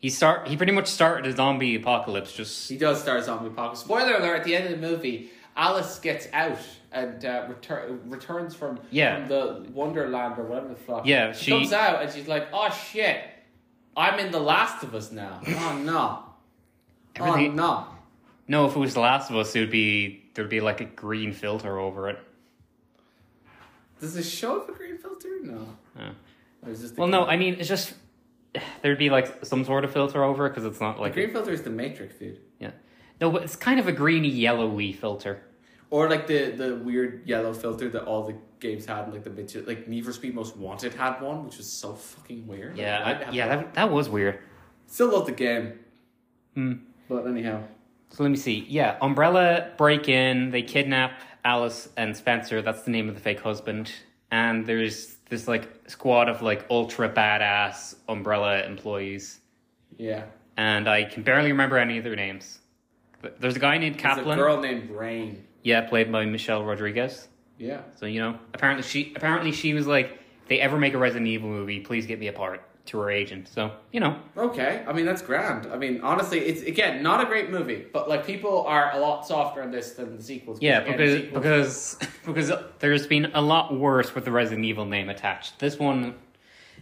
[SPEAKER 2] He start he pretty much started a zombie apocalypse. Just
[SPEAKER 1] He does star Zombie Apocalypse. Spoiler alert: at the end of the movie, Alice gets out and uh, retur- returns from
[SPEAKER 2] Yeah.
[SPEAKER 1] from the Wonderland or whatever the fuck.
[SPEAKER 2] Yeah, she-
[SPEAKER 1] comes out and she's like, "Oh shit, I'm in The Last of Us now." Oh no.
[SPEAKER 2] Everything-
[SPEAKER 1] Oh no.
[SPEAKER 2] no, if it was The Last of Us, it would be there'd be like a green filter over it.
[SPEAKER 1] Does the show have a green filter? No.
[SPEAKER 2] Yeah.
[SPEAKER 1] Or is this the
[SPEAKER 2] Well, no,
[SPEAKER 1] green-
[SPEAKER 2] I mean it's just there'd be like some sort of filter over it because it's not
[SPEAKER 1] the
[SPEAKER 2] like
[SPEAKER 1] green filter is the Matrix, dude,
[SPEAKER 2] yeah, no, but it's kind of a greeny yellowy filter.
[SPEAKER 1] or like the the weird yellow filter that all the games had, in, like the mid like Need for Speed Most Wanted had one, which was so fucking weird.
[SPEAKER 2] Yeah,
[SPEAKER 1] Like, why'd they
[SPEAKER 2] I,
[SPEAKER 1] have
[SPEAKER 2] yeah,
[SPEAKER 1] that?
[SPEAKER 2] that that was weird.
[SPEAKER 1] Still love the game,
[SPEAKER 2] Hmm.
[SPEAKER 1] but anyhow.
[SPEAKER 2] So let me see. Yeah, Umbrella break in. They kidnap Alice and Spencer. That's the name of the fake husband. And there's this like squad of like ultra badass Umbrella employees.
[SPEAKER 1] Yeah.
[SPEAKER 2] And I can barely remember any of their names. But There's a guy named
[SPEAKER 1] There's
[SPEAKER 2] Kaplan.
[SPEAKER 1] a girl named Rain.
[SPEAKER 2] Yeah, played by Michelle Rodriguez.
[SPEAKER 1] Yeah.
[SPEAKER 2] So you know, apparently she apparently she was like, if they ever make a Resident Evil movie, please get me a part to her agent. So you know,
[SPEAKER 1] Okay. I mean, that's grand. I mean, honestly, it's again not a great movie, but like people are a lot softer on this than the sequels.
[SPEAKER 2] yeah,
[SPEAKER 1] again,
[SPEAKER 2] because
[SPEAKER 1] sequels-
[SPEAKER 2] because because there's been a lot worse with the Resident Evil name attached. This one,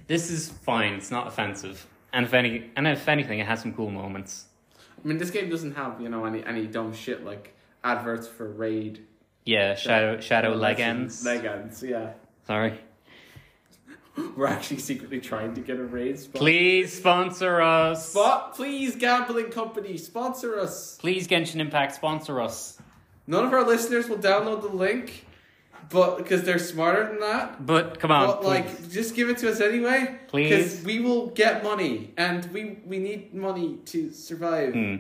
[SPEAKER 2] this is fine. It's not offensive, and if any and if anything, it has some cool moments.
[SPEAKER 1] I mean, this game doesn't have you know any any dumb shit like adverts for Raid.
[SPEAKER 2] Yeah, Shadow Shadow Legends.
[SPEAKER 1] Legends. Yeah.
[SPEAKER 2] Sorry,
[SPEAKER 1] We're actually secretly trying to get a Raid spot.
[SPEAKER 2] please sponsor us.
[SPEAKER 1] But please, gambling company, sponsor us.
[SPEAKER 2] Please Genshin Impact sponsor us.
[SPEAKER 1] None of our listeners will download the link,
[SPEAKER 3] but because they're smarter than that.
[SPEAKER 2] But come on,
[SPEAKER 3] But
[SPEAKER 2] please.
[SPEAKER 3] like, just give it to us anyway,
[SPEAKER 2] Please.
[SPEAKER 3] we will get money, and we we need money to survive.
[SPEAKER 2] Hmm.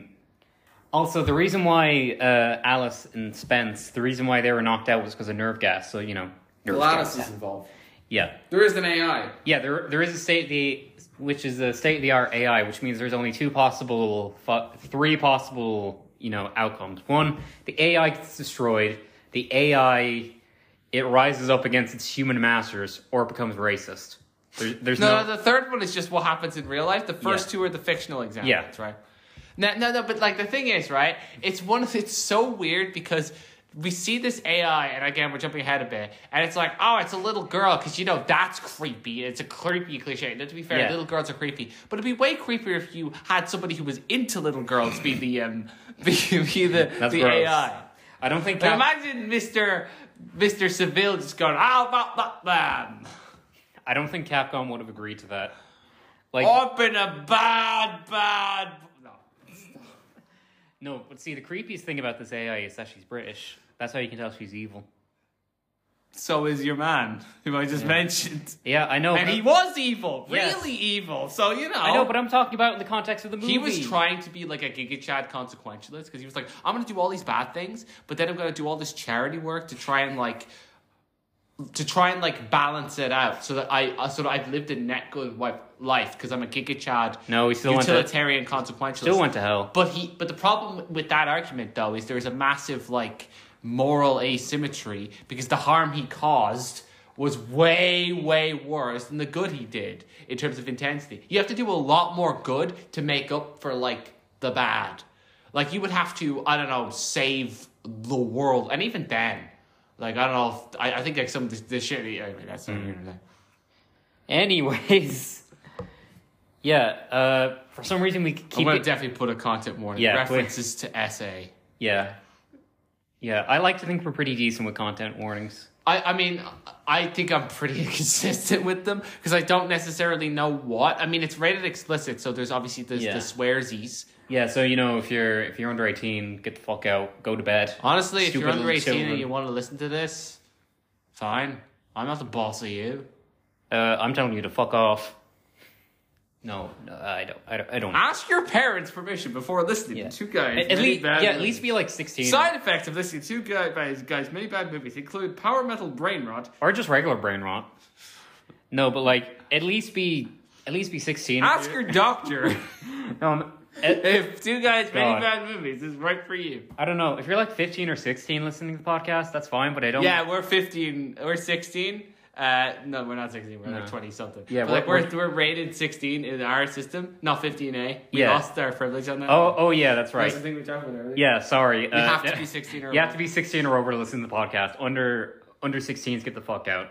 [SPEAKER 2] Also, the reason why uh, Alice and Spence, the reason why they were knocked out was because of nerve gas. So you know, nerve
[SPEAKER 3] Gladys
[SPEAKER 2] gas.
[SPEAKER 3] is involved.
[SPEAKER 2] Yeah,
[SPEAKER 3] There is an AI.
[SPEAKER 2] yeah. There, there is a state of the, which is a state of the art AI, which means there's only two possible, fu- three possible, you know, outcomes. One, the AI gets destroyed. The AI, it rises up against its human masters or it becomes racist. There, there's
[SPEAKER 1] No,
[SPEAKER 2] no,
[SPEAKER 1] no, the third one is just what happens in real life. The first two are the fictional examples,
[SPEAKER 2] Yeah.
[SPEAKER 1] right? No, no, no, but like the thing is, right? It's one of it's so weird because we see this AI, and again, we're jumping ahead a bit, and it's like, oh, it's a little girl, because you know that's creepy. It's a creepy cliche. And to be fair,
[SPEAKER 2] Yeah.
[SPEAKER 1] little girls are creepy, but it'd be way creepier if you had somebody who was into little girls be the um, be, be the
[SPEAKER 2] that's
[SPEAKER 1] the
[SPEAKER 2] gross.
[SPEAKER 1] AI.
[SPEAKER 2] I don't think
[SPEAKER 1] Like,
[SPEAKER 2] that,
[SPEAKER 1] imagine Mister Mister Seville just going, oh, blah, blah, blah.
[SPEAKER 2] I don't think Capcom would have agreed to that. Like,
[SPEAKER 1] I've been a bad, bad. No.
[SPEAKER 2] No, but see, the creepiest thing about this AI is that she's British. That's how you can tell she's evil.
[SPEAKER 1] So is your man, who I just mentioned.
[SPEAKER 2] Yeah, I know.
[SPEAKER 1] And
[SPEAKER 2] but-
[SPEAKER 1] he was evil,
[SPEAKER 2] Yes.
[SPEAKER 1] really evil. So, you know.
[SPEAKER 2] I know, but I'm talking about in the context of the movie.
[SPEAKER 1] he was trying to be like a Giga Chad consequentialist because he was like, I'm going to do all these bad things, but then I'm going to do all this charity work to try and like. To try and like balance it out, so that I uh, so that I've lived a net good wi- life because I'm a Giga Chad
[SPEAKER 2] No, he still went to
[SPEAKER 1] utilitarian consequentialist.
[SPEAKER 2] still went to hell.
[SPEAKER 1] But he, but the problem with that argument though is there is a massive like moral asymmetry because the harm he caused was way way worse than the good he did in terms of intensity. You have to do a lot more good to make up for like the bad. Like you would have to, I don't know, save the world, and even then, like I don't know, if, I, I think like some of the, the shit. Anyway, that's
[SPEAKER 2] Mm-hmm.
[SPEAKER 1] not
[SPEAKER 2] Anyways, yeah. Uh, for some reason we could
[SPEAKER 1] I'm
[SPEAKER 2] keep
[SPEAKER 1] gonna
[SPEAKER 2] it.
[SPEAKER 1] definitely put a content warning.
[SPEAKER 2] Yeah, please.
[SPEAKER 1] references to SA.
[SPEAKER 2] yeah, yeah. I like to think we're pretty decent with content warnings.
[SPEAKER 1] I, I mean, I think I'm pretty consistent with them because I don't necessarily know what. I mean, it's rated explicit, so there's obviously the,
[SPEAKER 2] Yeah.
[SPEAKER 1] the swearsies.
[SPEAKER 2] Yeah, so you know, if you're if you're under eighteen, get the fuck out, go to bed.
[SPEAKER 1] Honestly, if
[SPEAKER 2] Stupid
[SPEAKER 1] you're under
[SPEAKER 2] little
[SPEAKER 1] 18
[SPEAKER 2] children.
[SPEAKER 1] and you want to listen to this, fine. I'm not the boss of you.
[SPEAKER 2] Uh, I'm telling you to fuck off. No, no, I don't. I don't. I don't.
[SPEAKER 1] Ask your parents permission before listening
[SPEAKER 2] Yeah.
[SPEAKER 1] to two guys.
[SPEAKER 2] at,
[SPEAKER 1] many
[SPEAKER 2] least,
[SPEAKER 1] bad
[SPEAKER 2] yeah, at
[SPEAKER 1] movies.
[SPEAKER 2] least be like sixteen.
[SPEAKER 1] Side effects of listening to two guys, guys, many bad movies include power metal brain rot.
[SPEAKER 2] or just regular brain rot. No, but like at least be at least be sixteen.
[SPEAKER 1] Ask your doctor
[SPEAKER 2] Um, at-
[SPEAKER 1] if two guys, many
[SPEAKER 2] God.
[SPEAKER 1] bad movies is right for you.
[SPEAKER 2] I don't know if you're like fifteen or sixteen listening to the podcast, that's fine. But I don't.
[SPEAKER 1] Yeah, we're 15. We're 16. Uh, no, we're not 16. We're
[SPEAKER 2] No.
[SPEAKER 1] like 20 something.
[SPEAKER 2] Yeah,
[SPEAKER 1] But, like
[SPEAKER 2] we're-
[SPEAKER 1] we're, we're rated 16 in our system, not 15A. We
[SPEAKER 2] Yeah.
[SPEAKER 1] lost our privilege on that.
[SPEAKER 2] Oh, oh yeah, that's
[SPEAKER 1] that's
[SPEAKER 2] right.
[SPEAKER 1] the thing we talked about earlier.
[SPEAKER 2] Yeah, sorry. Uh,
[SPEAKER 1] You have to be 16 or
[SPEAKER 2] You have to be sixteen or over to listen to the podcast. Under under sixteens, get the fuck out.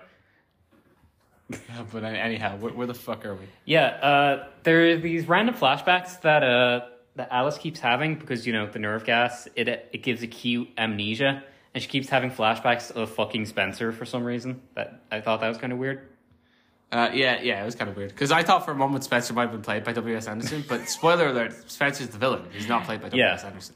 [SPEAKER 1] older. But anyhow, where, where the fuck are we?
[SPEAKER 2] Yeah, uh, there are these random flashbacks that uh, that Alice keeps having because you know the nerve gas it it gives acute amnesia, and she keeps having flashbacks of fucking Spencer for some reason. That I thought that was kind of weird.
[SPEAKER 1] Uh, yeah, yeah, it was kind of weird because I thought for a moment Spencer might have been played by W.S. Anderson, but spoiler alert, Spencer's the villain. He's not played by W.S.
[SPEAKER 2] Yeah.
[SPEAKER 1] Anderson.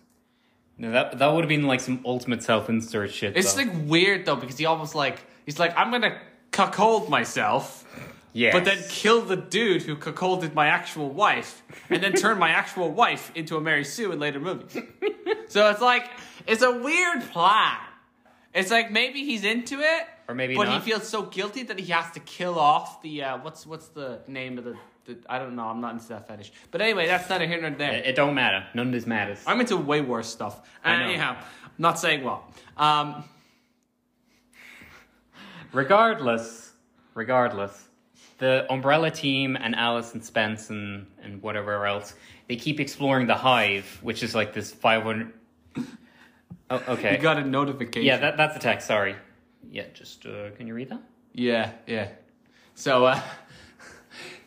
[SPEAKER 2] No, that that would have been like some ultimate self insert shit.
[SPEAKER 1] It's
[SPEAKER 2] though.
[SPEAKER 1] like weird though because he almost like he's like I'm gonna cuckold myself.
[SPEAKER 2] yes.
[SPEAKER 1] but then kill the dude who cuckolded my actual wife, and then turn my actual wife into a Mary Sue in later movies. so it's like it's a weird plan. It's like maybe he's into it,
[SPEAKER 2] Or maybe
[SPEAKER 1] but
[SPEAKER 2] not.
[SPEAKER 1] he feels so guilty that he has to kill off the uh, what's what's the name of the, the I don't know. I'm not into that fetish, but anyway, that's not a here nor there.
[SPEAKER 2] it, it don't matter. None of this matters.
[SPEAKER 1] I'm into way worse stuff. And
[SPEAKER 2] know.
[SPEAKER 1] anyhow, I'm not saying well. Um,
[SPEAKER 2] regardless, regardless, the Umbrella team and Alice and Spence and, and whatever else, they keep exploring the Hive, which is like this 500. Oh, okay.
[SPEAKER 1] I got a notification.
[SPEAKER 2] yeah, that, that's the text, sorry. Yeah, just, uh, can you read that?
[SPEAKER 1] Yeah, yeah. So uh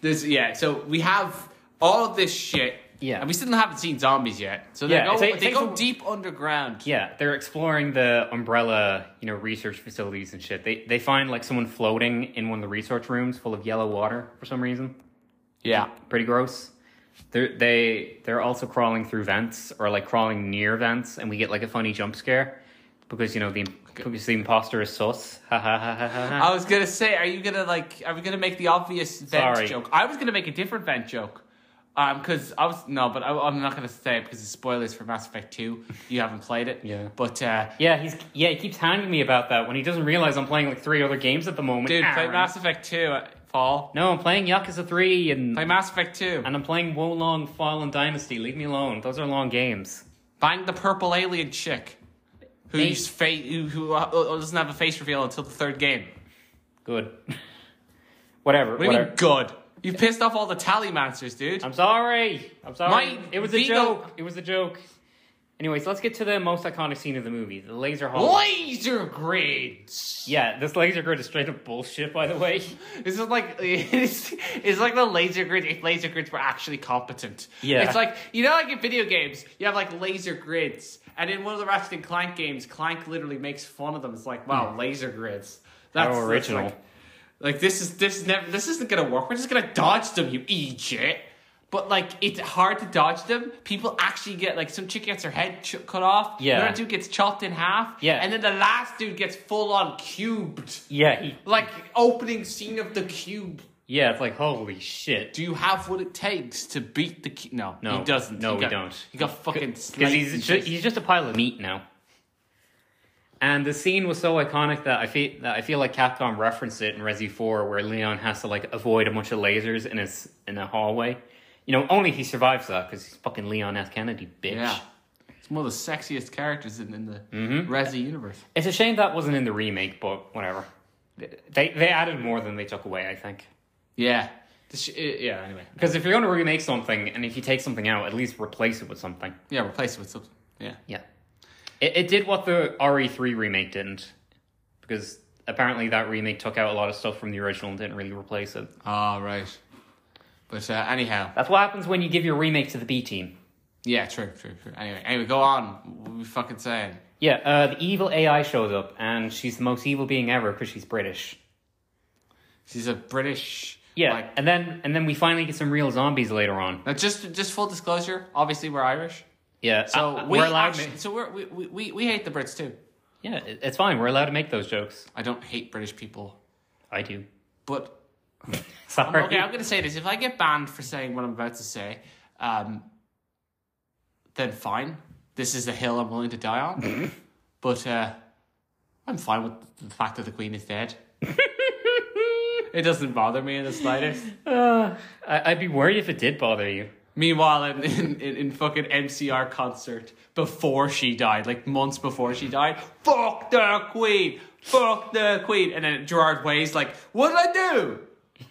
[SPEAKER 1] this yeah, so we have all of this shit.
[SPEAKER 2] Yeah.
[SPEAKER 1] And we still haven't seen zombies yet. So they
[SPEAKER 2] Yeah,
[SPEAKER 1] go
[SPEAKER 2] it's a- it
[SPEAKER 1] they
[SPEAKER 2] takes
[SPEAKER 1] go
[SPEAKER 2] a-
[SPEAKER 1] deep underground.
[SPEAKER 2] Yeah, they're exploring the Umbrella, you know, research facilities and shit. They, they find like someone floating in one of the research rooms full of yellow water for some reason.
[SPEAKER 1] Yeah.
[SPEAKER 2] pretty gross. They're, they they're also crawling through vents or like crawling near vents, and we get like a funny jump scare because you know the Could we see imposter as sus? Ha ha ha ha ha. ha.
[SPEAKER 1] I was gonna say, are you gonna like? Are we gonna make the obvious vent
[SPEAKER 2] Sorry.
[SPEAKER 1] joke? I was gonna make a different vent joke, um, because I was no, but I, I'm not gonna say it because it's spoilers for Mass Effect Two. You haven't played it,
[SPEAKER 2] Yeah.
[SPEAKER 1] But uh,
[SPEAKER 2] Yeah, he's yeah. He keeps hounding me about that when he doesn't realize I'm playing like three other games at the moment.
[SPEAKER 1] dude, play
[SPEAKER 2] Aaron.
[SPEAKER 1] Mass Effect Two, uh, Paul.
[SPEAKER 2] No, I'm playing Yakuza three and
[SPEAKER 1] Play Mass Effect Two.
[SPEAKER 2] and I'm playing Wolong Fallen Dynasty. Leave me alone. Those are long games.
[SPEAKER 1] Bang the purple alien chick, who's
[SPEAKER 2] Mate.
[SPEAKER 1] fa- who, who uh, uh, doesn't have a face reveal until the third game.
[SPEAKER 2] Good. whatever.
[SPEAKER 1] What do you
[SPEAKER 2] whatever.
[SPEAKER 1] mean good? You pissed off all the Tallymancers, dude.
[SPEAKER 2] I'm sorry. I'm sorry.
[SPEAKER 1] My
[SPEAKER 2] it was a
[SPEAKER 1] Vigo-
[SPEAKER 2] joke. It was a joke. Anyways, let's get to the most iconic scene of the movie: the laser hall.
[SPEAKER 1] Laser grids.
[SPEAKER 2] Yeah, this laser grid is straight up bullshit, by the way.
[SPEAKER 1] This is like it's, it's like the laser grid. If laser grids were actually competent,
[SPEAKER 2] Yeah.
[SPEAKER 1] It's like you know, like in video games, you have like laser grids, and in one of the Ratchet and Clank games, Clank literally makes fun of them. It's like, wow, laser grids. That's
[SPEAKER 2] How
[SPEAKER 1] that's
[SPEAKER 2] Hmm. original.
[SPEAKER 1] like, like this is this is never this isn't gonna work. We're just gonna dodge them, you idiot. But like it's hard to dodge them. People actually get like some chick gets her head ch- cut off.
[SPEAKER 2] Yeah.
[SPEAKER 1] another dude gets chopped in half.
[SPEAKER 2] Yeah.
[SPEAKER 1] and then the last dude gets full on cubed
[SPEAKER 2] Yeah, he,
[SPEAKER 1] like opening scene of the cube.
[SPEAKER 2] yeah, it's like holy shit.
[SPEAKER 1] Do you have what it takes to beat the cube? No,
[SPEAKER 2] No.
[SPEAKER 1] he doesn't.
[SPEAKER 2] No,
[SPEAKER 1] he
[SPEAKER 2] we
[SPEAKER 1] got,
[SPEAKER 2] don't.
[SPEAKER 1] He got fucking
[SPEAKER 2] Because
[SPEAKER 1] slayed.
[SPEAKER 2] he's ju- he's just a pile of meat now. And the scene was so iconic that I feel that I feel like Capcom referenced it in Resi Four, where Leon has to like avoid a bunch of lasers in his in a hallway. You know, only he survives that because he's fucking Leon F. Kennedy, bitch.
[SPEAKER 1] yeah, it's one of the sexiest characters in, in the
[SPEAKER 2] Mm-hmm.
[SPEAKER 1] Resi universe.
[SPEAKER 2] It's a shame that wasn't in the remake, but whatever. They they added more than they took away, I think.
[SPEAKER 1] Yeah, The sh- eh, yeah. Anyway,
[SPEAKER 2] Because if you're going to remake something, and if you take something out, at least replace it with something.
[SPEAKER 1] yeah, replace it with something. Yeah,
[SPEAKER 2] Yeah. It, it did what the RE3 remake didn't. Because apparently that remake took out a lot of stuff from the original and didn't really replace it.
[SPEAKER 1] all right. But uh, anyhow,
[SPEAKER 2] That's what happens when you give your remake to the B team.
[SPEAKER 1] yeah, true, true, true. Anyway, anyway, go on. What were we fucking saying?
[SPEAKER 2] Yeah, uh, the evil AI shows up, and she's the most evil being ever because she's British.
[SPEAKER 1] She's a British.
[SPEAKER 2] Yeah,
[SPEAKER 1] Like,
[SPEAKER 2] and then and then we finally get some real zombies later on.
[SPEAKER 1] now, just just full disclosure. Obviously, we're Irish,
[SPEAKER 2] Yeah,
[SPEAKER 1] so
[SPEAKER 2] uh,
[SPEAKER 1] we
[SPEAKER 2] we're allowed.
[SPEAKER 1] actually-
[SPEAKER 2] ma-
[SPEAKER 1] so we're, we, we we we hate the Brits too.
[SPEAKER 2] yeah, it- it's fine. We're allowed to make those jokes.
[SPEAKER 1] I don't hate British people,
[SPEAKER 2] I do.
[SPEAKER 1] but
[SPEAKER 2] Sorry.
[SPEAKER 1] okay, I'm going to say this. If I get banned for saying what I'm about to say, um, then fine. This is a hill I'm willing to die on. but uh, I'm fine with the fact that the Queen is dead. it doesn't bother me in the slightest.
[SPEAKER 2] Uh, I, I'd be worried if it did bother you.
[SPEAKER 1] Meanwhile, in, in, in, in fucking MCR concert, before she died, like months before she died, fuck the Queen! Fuck the Queen! And then Gerard Way's like, what did I do?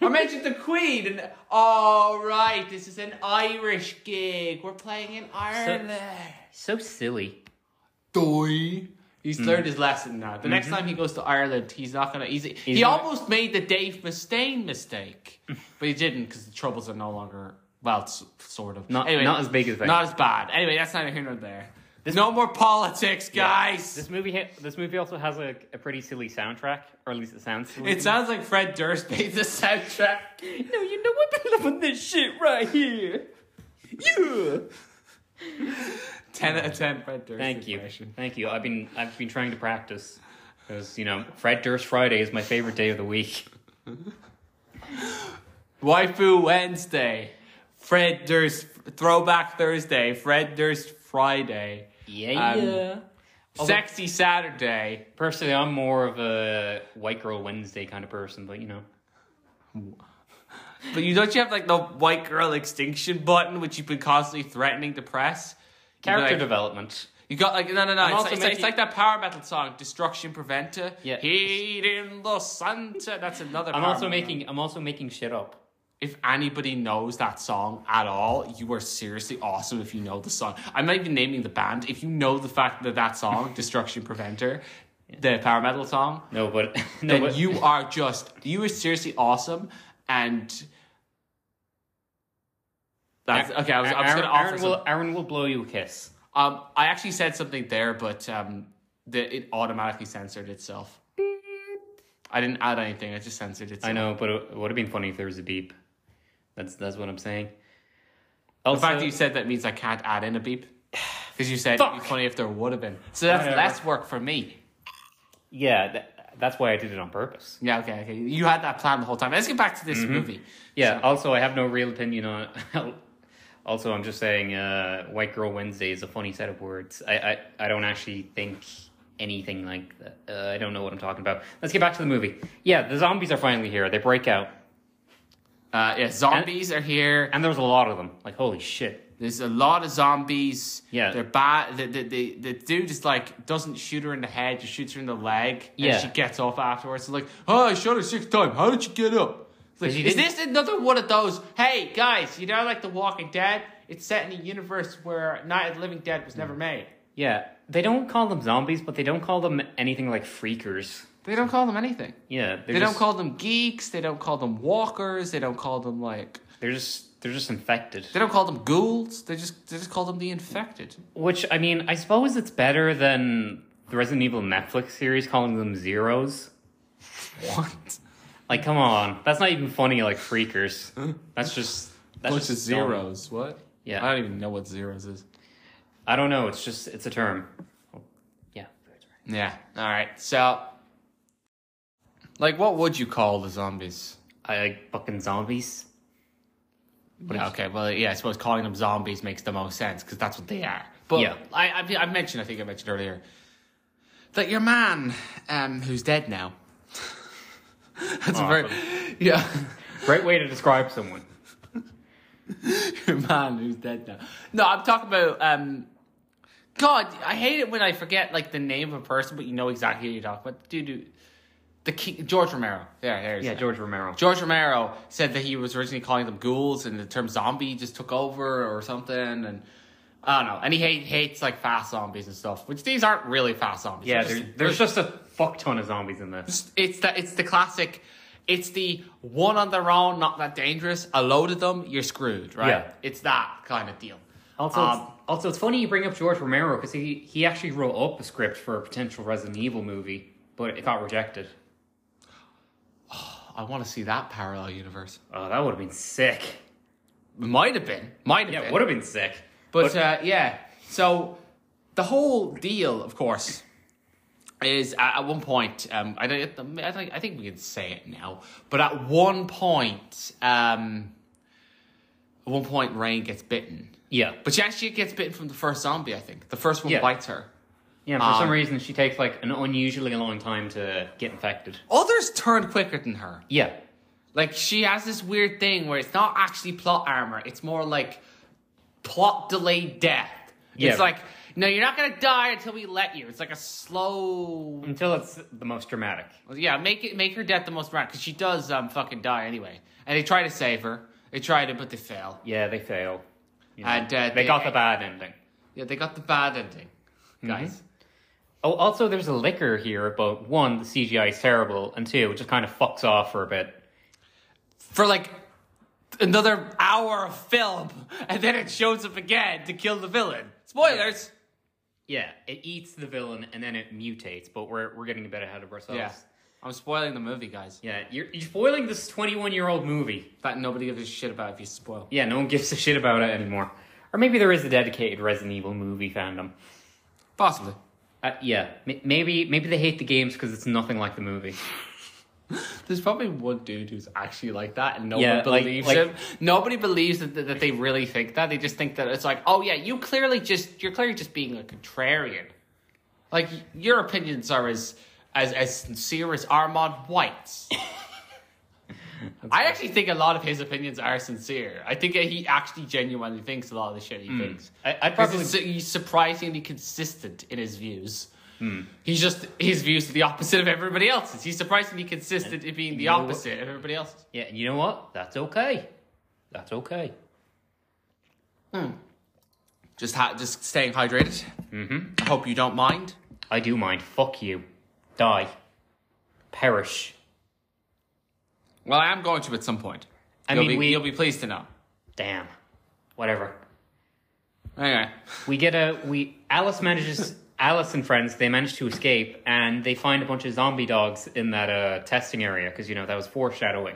[SPEAKER 1] I mentioned the Queen, and all right, this is an Irish gig. We're playing in Ireland.
[SPEAKER 2] So silly.
[SPEAKER 1] Doi. He's learned his lesson now. The next time he goes to Ireland, he's not gonna. He's, he
[SPEAKER 2] Mm-hmm. not-
[SPEAKER 1] almost made the Dave Mustaine mistake, but he didn't because the troubles are no longer well, s- sort of.
[SPEAKER 2] Not- not as big as they-
[SPEAKER 1] Not as bad. Anyway, that's neither here nor there. no more politics, guys.
[SPEAKER 2] This movie, ha- this movie also has a, a pretty silly soundtrack, or at least it sounds silly.
[SPEAKER 1] it sounds like Fred Durst made the soundtrack.
[SPEAKER 2] no, you know I've been loving this shit right here.
[SPEAKER 1] You. ten out of ten, Fred Durst.
[SPEAKER 2] Thank you,
[SPEAKER 1] impression.
[SPEAKER 2] thank you. I've been, I've been trying to practice because you know Fred Durst Friday is my favorite day of the week.
[SPEAKER 1] Waifu Wednesday, Fred Durst Throwback Thursday, Fred Durst Friday.
[SPEAKER 2] Yeah,
[SPEAKER 1] Um,
[SPEAKER 2] yeah.
[SPEAKER 1] Sexy Saturday.
[SPEAKER 2] Personally, I'm more of a White Girl Wednesday kind of person, but you know,
[SPEAKER 1] But you don't you have like the white girl extinction button, which you've been constantly threatening to press. You'd be
[SPEAKER 2] character
[SPEAKER 1] like-
[SPEAKER 2] development.
[SPEAKER 1] You got like no no no. It's
[SPEAKER 2] also
[SPEAKER 1] like, it's, like,
[SPEAKER 2] making-
[SPEAKER 1] it's like that power metal song, Destruction Preventer.
[SPEAKER 2] Yeah.
[SPEAKER 1] Heat in the Santa. That's another.
[SPEAKER 2] I'm
[SPEAKER 1] power metal
[SPEAKER 2] also
[SPEAKER 1] song.
[SPEAKER 2] making, I'm also making shit up.
[SPEAKER 1] If anybody knows that song at all, you are seriously awesome. If you know the song, I'm not even naming the band. If you know the fact that that song, Destruction Preventer, the power metal song,
[SPEAKER 2] No, but no,
[SPEAKER 1] then
[SPEAKER 2] but
[SPEAKER 1] you are just you are seriously awesome and that's okay i was, I was
[SPEAKER 2] Aaron,
[SPEAKER 1] gonna offer
[SPEAKER 2] Aaron
[SPEAKER 1] some-
[SPEAKER 2] will, Aaron will blow you a kiss.
[SPEAKER 1] um i actually said something there but um the, it automatically censored itself i didn't add anything i just censored itself
[SPEAKER 2] I know, but it would have been funny if there was a beep. That's that's what I'm saying.
[SPEAKER 1] the
[SPEAKER 2] Also,
[SPEAKER 1] fact that you said that means i can't add in a beep because you said it'd
[SPEAKER 2] Fuck.
[SPEAKER 1] be funny if there would have been so that's
[SPEAKER 2] Whatever.
[SPEAKER 1] less work for me
[SPEAKER 2] yeah, that, that's why I did it on purpose.
[SPEAKER 1] Yeah, okay, okay. You had that plan the whole time. Let's get back to this
[SPEAKER 2] Mm-hmm.
[SPEAKER 1] movie.
[SPEAKER 2] Yeah. Also, I have no real opinion on. it. also, I'm just saying, uh, "White Girl Wednesday" is a funny set of words. I, I, I don't actually think anything like that. Uh, I don't know what I'm talking about. Let's get back to the movie. Yeah, the zombies are finally here. They break out,
[SPEAKER 1] Uh, yeah, zombies are here.
[SPEAKER 2] and there's a lot of them. Like, holy shit!
[SPEAKER 1] There's a lot of zombies.
[SPEAKER 2] Yeah.
[SPEAKER 1] They're bad. The, the, the, the dude is like, doesn't shoot her in the head, just shoots her in the leg. And
[SPEAKER 2] Yeah.
[SPEAKER 1] she gets off afterwards. like, oh, I shot her six times. How did you get up? It's like,
[SPEAKER 2] But she
[SPEAKER 1] is
[SPEAKER 2] didn't-
[SPEAKER 1] this another one of those? Hey, guys, you know, like The Walking Dead? It's set in a universe where Night of the Living Dead was
[SPEAKER 2] Mm.
[SPEAKER 1] never made.
[SPEAKER 2] Yeah, they don't call them zombies, but they don't call them anything like freakers.
[SPEAKER 1] They don't call them anything.
[SPEAKER 2] Yeah,
[SPEAKER 1] They
[SPEAKER 2] they're just,
[SPEAKER 1] don't call them geeks. They don't call them walkers. They don't call them like.
[SPEAKER 2] They're just they're just infected.
[SPEAKER 1] They don't call them ghouls. They just they just call them the infected.
[SPEAKER 2] Which I mean, I suppose it's better than the Resident Evil Netflix series calling them zeros.
[SPEAKER 1] What?
[SPEAKER 2] Like, come on, that's not even funny. Like freakers. That's just that's
[SPEAKER 1] Bunch
[SPEAKER 2] just
[SPEAKER 1] of
[SPEAKER 2] dumb.
[SPEAKER 1] zeros. What?
[SPEAKER 2] Yeah.
[SPEAKER 1] I don't even know what zeros is.
[SPEAKER 2] I don't know. It's just it's a term. Yeah.
[SPEAKER 1] Yeah. All right. So, like, what would you call the zombies?
[SPEAKER 2] I like fucking zombies.
[SPEAKER 1] Yeah, okay. Well, yeah. I suppose calling them zombies makes the most sense because that's what they are. But
[SPEAKER 2] Yeah.
[SPEAKER 1] I, I, I mentioned. I think I mentioned earlier that your man, um, who's dead now. that's a very, yeah.
[SPEAKER 2] Great way to describe someone.
[SPEAKER 1] your man who's dead now. No, I'm talking about. um God, I hate it when I forget like the name of a person, but you know exactly who you're talking about. Dude, dude the king, George Romero. Yeah, there.
[SPEAKER 2] Yeah, George Romero.
[SPEAKER 1] George Romero said that he was originally calling them ghouls, and the term zombie just took over or something, and. I don't know, and he hate, hates like fast zombies and stuff, which these aren't really fast zombies.
[SPEAKER 2] yeah,
[SPEAKER 1] They're
[SPEAKER 2] there,
[SPEAKER 1] just-
[SPEAKER 2] there's just a fuck ton of zombies in this.
[SPEAKER 1] it's the it's the classic. It's the one on their own, not that dangerous. A load of them, you're screwed, right?
[SPEAKER 2] Yeah.
[SPEAKER 1] It's that kind of deal.
[SPEAKER 2] Also, it's,
[SPEAKER 1] Um,
[SPEAKER 2] also, it's funny you bring up George Romero because he, he actually wrote up a script for a potential Resident Evil movie, but it got rejected.
[SPEAKER 1] I want to see that parallel universe.
[SPEAKER 2] Oh, that would have been sick.
[SPEAKER 1] It might have been, might have
[SPEAKER 2] Yeah,
[SPEAKER 1] been.
[SPEAKER 2] would have been sick.
[SPEAKER 1] But uh, yeah, so the whole deal, of course, is at, at one point. Um, I don't. I think. I think we can say it now. But at one point, um, at one point, Rain gets bitten.
[SPEAKER 2] yeah,
[SPEAKER 1] But she actually gets bitten from the first zombie. I think the first one
[SPEAKER 2] Yeah.
[SPEAKER 1] bites her.
[SPEAKER 2] yeah. For some
[SPEAKER 1] um,
[SPEAKER 2] reason, she takes like an unusually long time to get infected.
[SPEAKER 1] Others turn quicker than her.
[SPEAKER 2] Yeah,
[SPEAKER 1] Like she has this weird thing where it's not actually plot armor; it's more like plot delayed death.
[SPEAKER 2] Yeah.
[SPEAKER 1] It's like no, you're not gonna die until we let you. It's like a slow.
[SPEAKER 2] until it's the most dramatic.
[SPEAKER 1] Yeah, make it make her death the most round because she does um fucking die anyway. And they try to save her. They tried it, but they fail.
[SPEAKER 2] Yeah, they fail. You know,
[SPEAKER 1] And, uh,
[SPEAKER 2] they Mm-hmm.
[SPEAKER 1] they-
[SPEAKER 2] got the bad ending.
[SPEAKER 1] Yeah, they got the bad ending, guys.
[SPEAKER 2] Oh, also, there's a liquor here, but one, the CGI is terrible, and two, it just kind of fucks off for a bit.
[SPEAKER 1] For like another hour of film, and then it shows up again to kill the villain. Spoilers.
[SPEAKER 2] Yeah, it eats the villain and then it mutates, but we're we're getting a bit ahead of ourselves.
[SPEAKER 1] Yeah. I'm spoiling the movie, guys.
[SPEAKER 2] Yeah, you're, you're spoiling this 21 year old movie.
[SPEAKER 1] That nobody gives a shit about if you spoil.
[SPEAKER 2] Yeah, no one gives a shit about it anymore. Or maybe there is a dedicated Resident Evil movie fandom.
[SPEAKER 1] Possibly.
[SPEAKER 2] Uh, yeah, m- maybe maybe they hate the games because it's nothing like the movie.
[SPEAKER 1] There's probably one dude who's actually like that, and no
[SPEAKER 2] Yeah,
[SPEAKER 1] one
[SPEAKER 2] like-
[SPEAKER 1] believes
[SPEAKER 2] like-
[SPEAKER 1] him. Nobody believes that, that they really think that. They just think that it's like, oh yeah, you clearly just you're clearly just being a contrarian. Like your opinions are as as as sincere as Armand White's. I actually think a lot of his opinions are sincere. I think he actually genuinely thinks a lot of the shit he thinks.
[SPEAKER 2] I, I'd
[SPEAKER 1] Because
[SPEAKER 2] probably.
[SPEAKER 1] he's- he's surprisingly consistent in his views. He's just his views are the opposite of everybody else's. He's surprisingly consistent in being the
[SPEAKER 2] you know what-
[SPEAKER 1] opposite of everybody else's.
[SPEAKER 2] Yeah, and you know what? That's okay. That's okay.
[SPEAKER 1] Just ha- just staying hydrated. Mm-hmm. I hope you don't mind.
[SPEAKER 2] I do mind. Fuck you. Die. Perish.
[SPEAKER 1] Well, I am going to at some point.
[SPEAKER 2] I
[SPEAKER 1] you'll
[SPEAKER 2] mean,
[SPEAKER 1] be,
[SPEAKER 2] we-
[SPEAKER 1] you'll be pleased to know.
[SPEAKER 2] Damn. Whatever.
[SPEAKER 1] Anyway,
[SPEAKER 2] We get a we Alice manages Alice and friends they manage to escape and they find a bunch of zombie dogs in that uh, testing area because you know that was foreshadowing.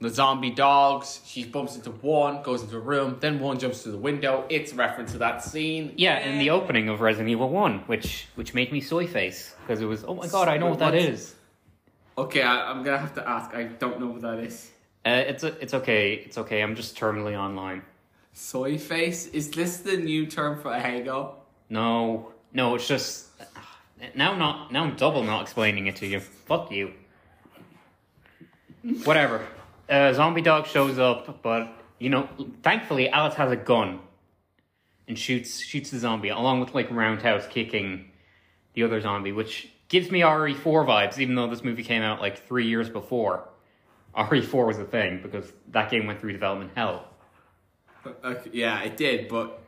[SPEAKER 3] The zombie dogs. She bumps into one, goes into a room, then one jumps through the window. It's a reference to that scene.
[SPEAKER 2] Yeah, in the opening of Resident Evil One, which which made me soy face because it was oh my god, I know what that
[SPEAKER 3] What?
[SPEAKER 2] is.
[SPEAKER 3] Okay, I, I'm gonna have to ask. I don't know what that is.
[SPEAKER 2] Uh, it's a, it's okay, it's okay. I'm just terminally online.
[SPEAKER 3] Soy face? Is this the new term for a Hago?
[SPEAKER 2] No, no, it's just now. I'm not now. I'm double not explaining it to you. Fuck you. Whatever. Uh, zombie dog shows up, but you know, thankfully Alice has a gun and shoots shoots the zombie along with like roundhouse kicking the other zombie, which gives me RE4 vibes, even though this movie came out like three years before. RE4 was a thing because that game went through development hell.
[SPEAKER 3] Okay, yeah, it did, but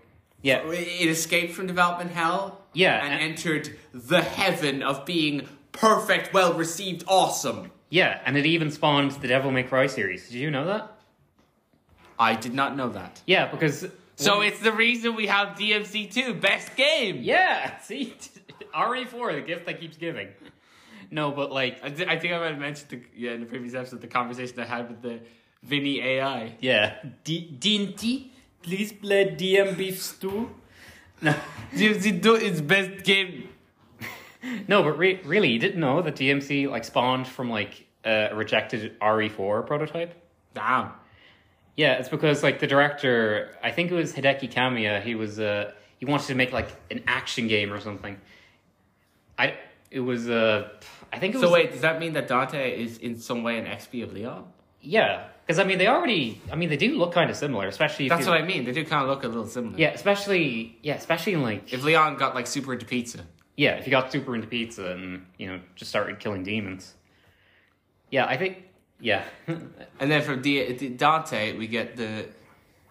[SPEAKER 2] Yeah,
[SPEAKER 3] it escaped from development hell.
[SPEAKER 2] Yeah,
[SPEAKER 3] and,
[SPEAKER 2] and-
[SPEAKER 3] entered the heaven of being perfect, well received, awesome.
[SPEAKER 2] yeah, and it even spawned the Devil May Cry series. Did you know that?
[SPEAKER 3] I did not know that.
[SPEAKER 2] Yeah, because
[SPEAKER 1] So it's the reason we have DMC two best game.
[SPEAKER 2] Yeah, see, RE4, the gift that keeps giving. No, but like, uh,
[SPEAKER 1] I, thi- I think I might have mentioned the, yeah in the previous episode the conversation I had with the Vinny AI.
[SPEAKER 2] yeah, D- D&D, please play DM beef stew. No,
[SPEAKER 1] DMC two is best game.
[SPEAKER 2] no, but re- really, you didn't know that DMC like spawned from like a rejected RE4 prototype.
[SPEAKER 1] Damn.
[SPEAKER 2] Yeah, it's because like the director, I think it was Hideki Kamiya. He was uh he wanted to make like an action game or something. I it was uh I think it
[SPEAKER 1] So
[SPEAKER 2] was
[SPEAKER 1] wait, does that mean that Dante is in some way an XP of Leon?
[SPEAKER 2] yeah because I mean they already I mean they do look kind of similar, especially if
[SPEAKER 1] That's
[SPEAKER 2] you,
[SPEAKER 1] what I mean. They do kind of look a little similar.
[SPEAKER 2] Yeah, especially yeah, especially in like
[SPEAKER 1] If Leon got like super into pizza.
[SPEAKER 2] yeah, if you got super into pizza and you know just started killing demons. Yeah, I think yeah,
[SPEAKER 1] And then from D- D- Dante, we get the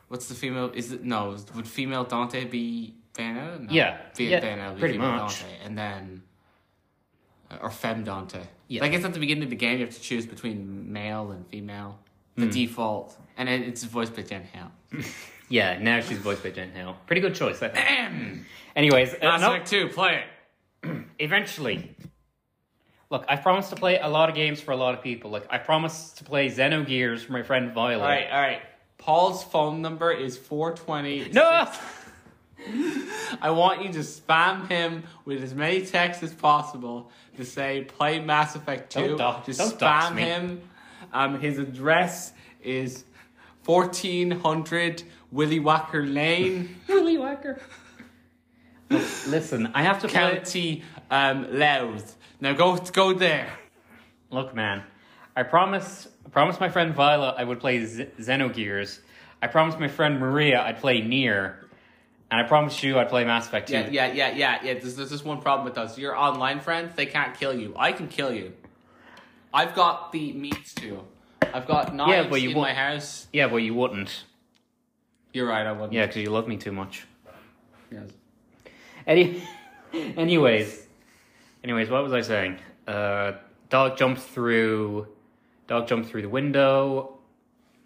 [SPEAKER 1] what's the female? Is it no? is- Would female Dante be Bayonetta? No.
[SPEAKER 2] Yeah.
[SPEAKER 1] Be
[SPEAKER 2] Yeah,
[SPEAKER 1] Bayonetta, be
[SPEAKER 2] pretty
[SPEAKER 1] female
[SPEAKER 2] much.
[SPEAKER 1] Dante, and then uh, or femme Dante.
[SPEAKER 2] Yeah.
[SPEAKER 1] Like it's at the beginning of the game, you have to choose between male and female, the
[SPEAKER 2] Hmm.
[SPEAKER 1] default, and then it's voiced by Jen Hale.
[SPEAKER 2] yeah. Now she's voiced by Jen Hale. Pretty good choice, I think. Anyways, uh, no-
[SPEAKER 1] two, play it.
[SPEAKER 2] eventually. Look, I promised to play a lot of games for a lot of people. Like I promised to play Xenogears for my friend Violet.
[SPEAKER 1] All right, all right. Paul's phone number is four twenty.
[SPEAKER 2] No.
[SPEAKER 1] I want you to spam him with as many texts as possible to say play Mass Effect 2.
[SPEAKER 2] Don't dox-
[SPEAKER 1] Just
[SPEAKER 2] don't dox
[SPEAKER 1] spam
[SPEAKER 2] me.
[SPEAKER 1] him. Um, his address is 1400 Willy Wacker Lane,
[SPEAKER 2] Willy Wacker. Look, listen, I have to play.
[SPEAKER 1] County um, Louth. Now go go there.
[SPEAKER 2] Look, man, I promised I promised my friend Viola I would play Z- Xenogears. I promised my friend Maria I'd play Nier, and I promised you I'd play Mass Effect 2.
[SPEAKER 1] Yeah, yeah, yeah, yeah, yeah. There's, there's just one problem with us. Your online friends, they can't kill you. I can kill you. I've got the means to. I've got knives
[SPEAKER 2] Yeah, but you
[SPEAKER 1] in
[SPEAKER 2] won't-
[SPEAKER 1] my house.
[SPEAKER 2] Yeah, well, you wouldn't.
[SPEAKER 1] You're right, I wouldn't.
[SPEAKER 2] Yeah, because you love me too much.
[SPEAKER 1] Yes.
[SPEAKER 2] Any- anyways, anyways, what was I saying? Uh, dog jumps through. Dog jumps through the window.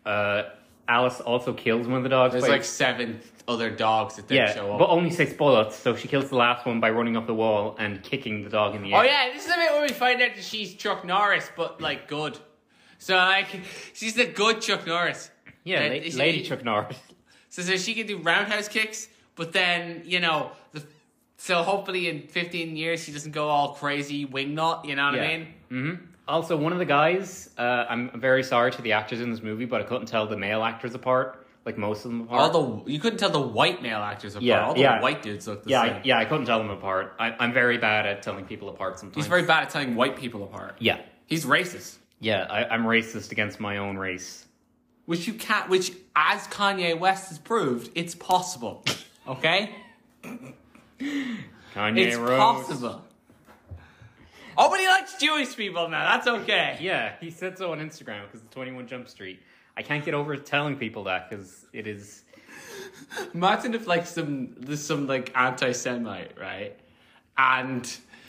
[SPEAKER 2] Uh, Alice also kills one of the dogs.
[SPEAKER 1] There's
[SPEAKER 2] by-
[SPEAKER 1] like seven other dogs that didn't
[SPEAKER 2] yeah,
[SPEAKER 1] show up.
[SPEAKER 2] but only six bullets. So she kills the last one by running up the wall and kicking the dog in the air.
[SPEAKER 1] oh yeah, this is the bit where we find out that she's Chuck Norris, but like good. So like she's the good Chuck Norris.
[SPEAKER 2] Yeah,
[SPEAKER 1] That-
[SPEAKER 2] la-
[SPEAKER 1] is-
[SPEAKER 2] Lady Chuck Norris.
[SPEAKER 1] So, so she can do roundhouse kicks, but then you know the. So hopefully in 15 years she doesn't go all crazy wingnut. You know what I
[SPEAKER 2] Yeah.
[SPEAKER 1] mean?
[SPEAKER 2] Mm-hmm. Also, one of the guys, uh, I'm very sorry to the actors in this movie, but I couldn't tell the male actors apart. Like most of them apart.
[SPEAKER 1] All the you couldn't tell the white male actors apart.
[SPEAKER 2] Yeah,
[SPEAKER 1] all the
[SPEAKER 2] yeah.
[SPEAKER 1] white dudes look the
[SPEAKER 2] yeah,
[SPEAKER 1] same.
[SPEAKER 2] I, yeah, I couldn't tell them apart. I, I'm very bad at telling people apart sometimes.
[SPEAKER 1] He's very bad at telling white people apart.
[SPEAKER 2] Yeah,
[SPEAKER 1] He's racist.
[SPEAKER 2] yeah, I, I'm racist against my own race.
[SPEAKER 1] Which you can't, which, as Kanye West has proved, it's possible. Okay?
[SPEAKER 2] Kanye
[SPEAKER 1] it's
[SPEAKER 2] Rose.
[SPEAKER 1] possible. Oh, but he likes Jewish people now. That's okay.
[SPEAKER 2] Yeah, he said so on Instagram because it's 21 Jump Street. I can't get over telling people that because it is.
[SPEAKER 1] Imagine if, like, some, there's some, like, anti Semite, right? And.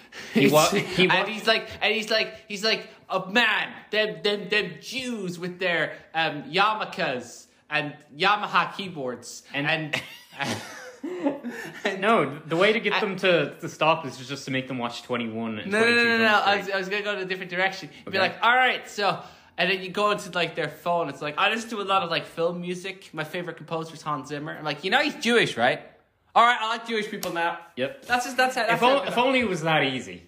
[SPEAKER 2] wa-
[SPEAKER 1] he's-
[SPEAKER 2] he wa-
[SPEAKER 1] and he's like, and he's like, he's like, oh man, them, them, them Jews with their um, yarmulkes and Yamaha keyboards
[SPEAKER 2] And-
[SPEAKER 1] and, and
[SPEAKER 2] No, the way to get them to, to stop is just to make them watch 21 and
[SPEAKER 1] No, no, no,
[SPEAKER 2] 22
[SPEAKER 1] no,
[SPEAKER 2] Jump
[SPEAKER 1] no. I
[SPEAKER 2] Street.
[SPEAKER 1] was, I was gonna go in a different direction. You'd Be
[SPEAKER 2] Okay.
[SPEAKER 1] like, all right, so And then you go into like their phone. It's like I just do a lot of like film music. My favorite composer is Hans Zimmer. I'm like, you know, he's Jewish, right? All right, I like Jewish people now.
[SPEAKER 2] Yep.
[SPEAKER 1] That's just that's how. That's
[SPEAKER 2] If,
[SPEAKER 1] how
[SPEAKER 2] on, if only it was that easy.